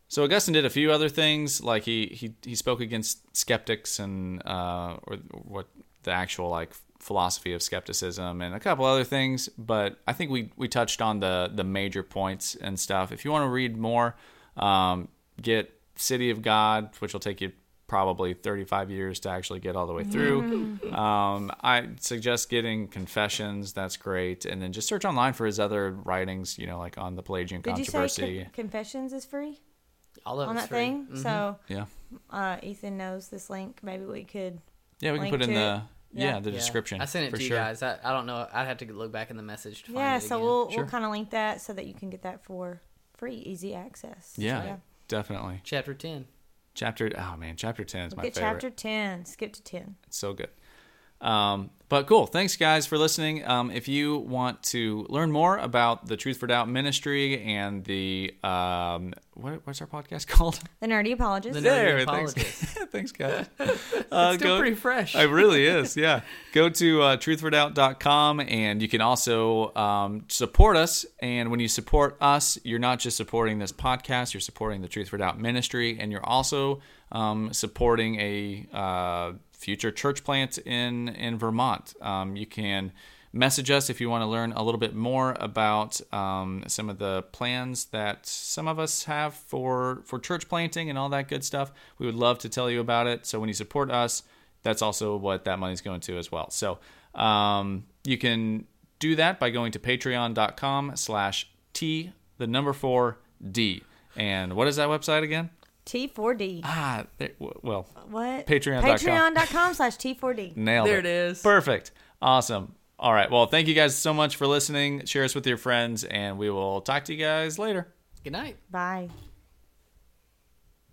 so Augustine did a few other things, like he he, he spoke against skeptics and uh, or what the actual like philosophy of skepticism and a couple other things. But I think we we touched on the the major points and stuff. If you want to read more, um, get City of God, which will take you probably 35 years to actually get all the way
Mm-hmm.
through. um, I suggest getting Confessions. That's great. And then just search online for his other writings, you know, like on the Pelagian
Did you say
controversy.
Con- Confessions is free
All of
on
it's
that
free. Mm-hmm.
thing? So
yeah.
uh, Ethan knows this link. Maybe we could.
Yeah, we can
Link
put in
to
the
it?
yeah,
Yeah.
the
Yeah.
description.
I sent it
for
to you
sure.
guys. I, I don't know. I'd have to look back in the message to find
yeah,
it
so
again.
we'll
Sure.
we'll kind of link that so that you can get that for free, easy access.
Yeah,
So, yeah.
definitely.
Chapter 10.
Chapter oh man, chapter ten is my
Get
favorite.
chapter ten. Skip to ten.
It's so good. Um, but cool. Thanks, guys, for listening. Um, if you want to learn more about the Truth for Doubt ministry and the um, what, what's our podcast *laughs* called?
The nerdy apologist.
The Nerdy
thanks, *laughs* thanks, guys. Uh,
*laughs* It's still pretty fresh.
It really is, yeah. Go to uh, truthfordoubt.com and you can also um, support us. And when you support us, you're not just supporting this podcast, you're supporting the Truth for Doubt ministry, and you're also um, supporting a uh, future church plant in, in Vermont. Um, you can message us if you want to learn a little bit more about um, some of the plans that some of us have for for church planting and all that good stuff we would love to tell you about it so when you support us that's also what that money's going to as well so um, you can do that by going to patreon.com slash t the number four d and what is that website again
T four D.
ah there, w- well
What?
Patreon.com.
Patreon.com slash T
*laughs*
four D.
Nailed
There
it.
it is.
Perfect. Awesome. All right. Well, thank you guys so much for listening. Share us with your friends, and we will talk to you guys later.
Good night.
Bye.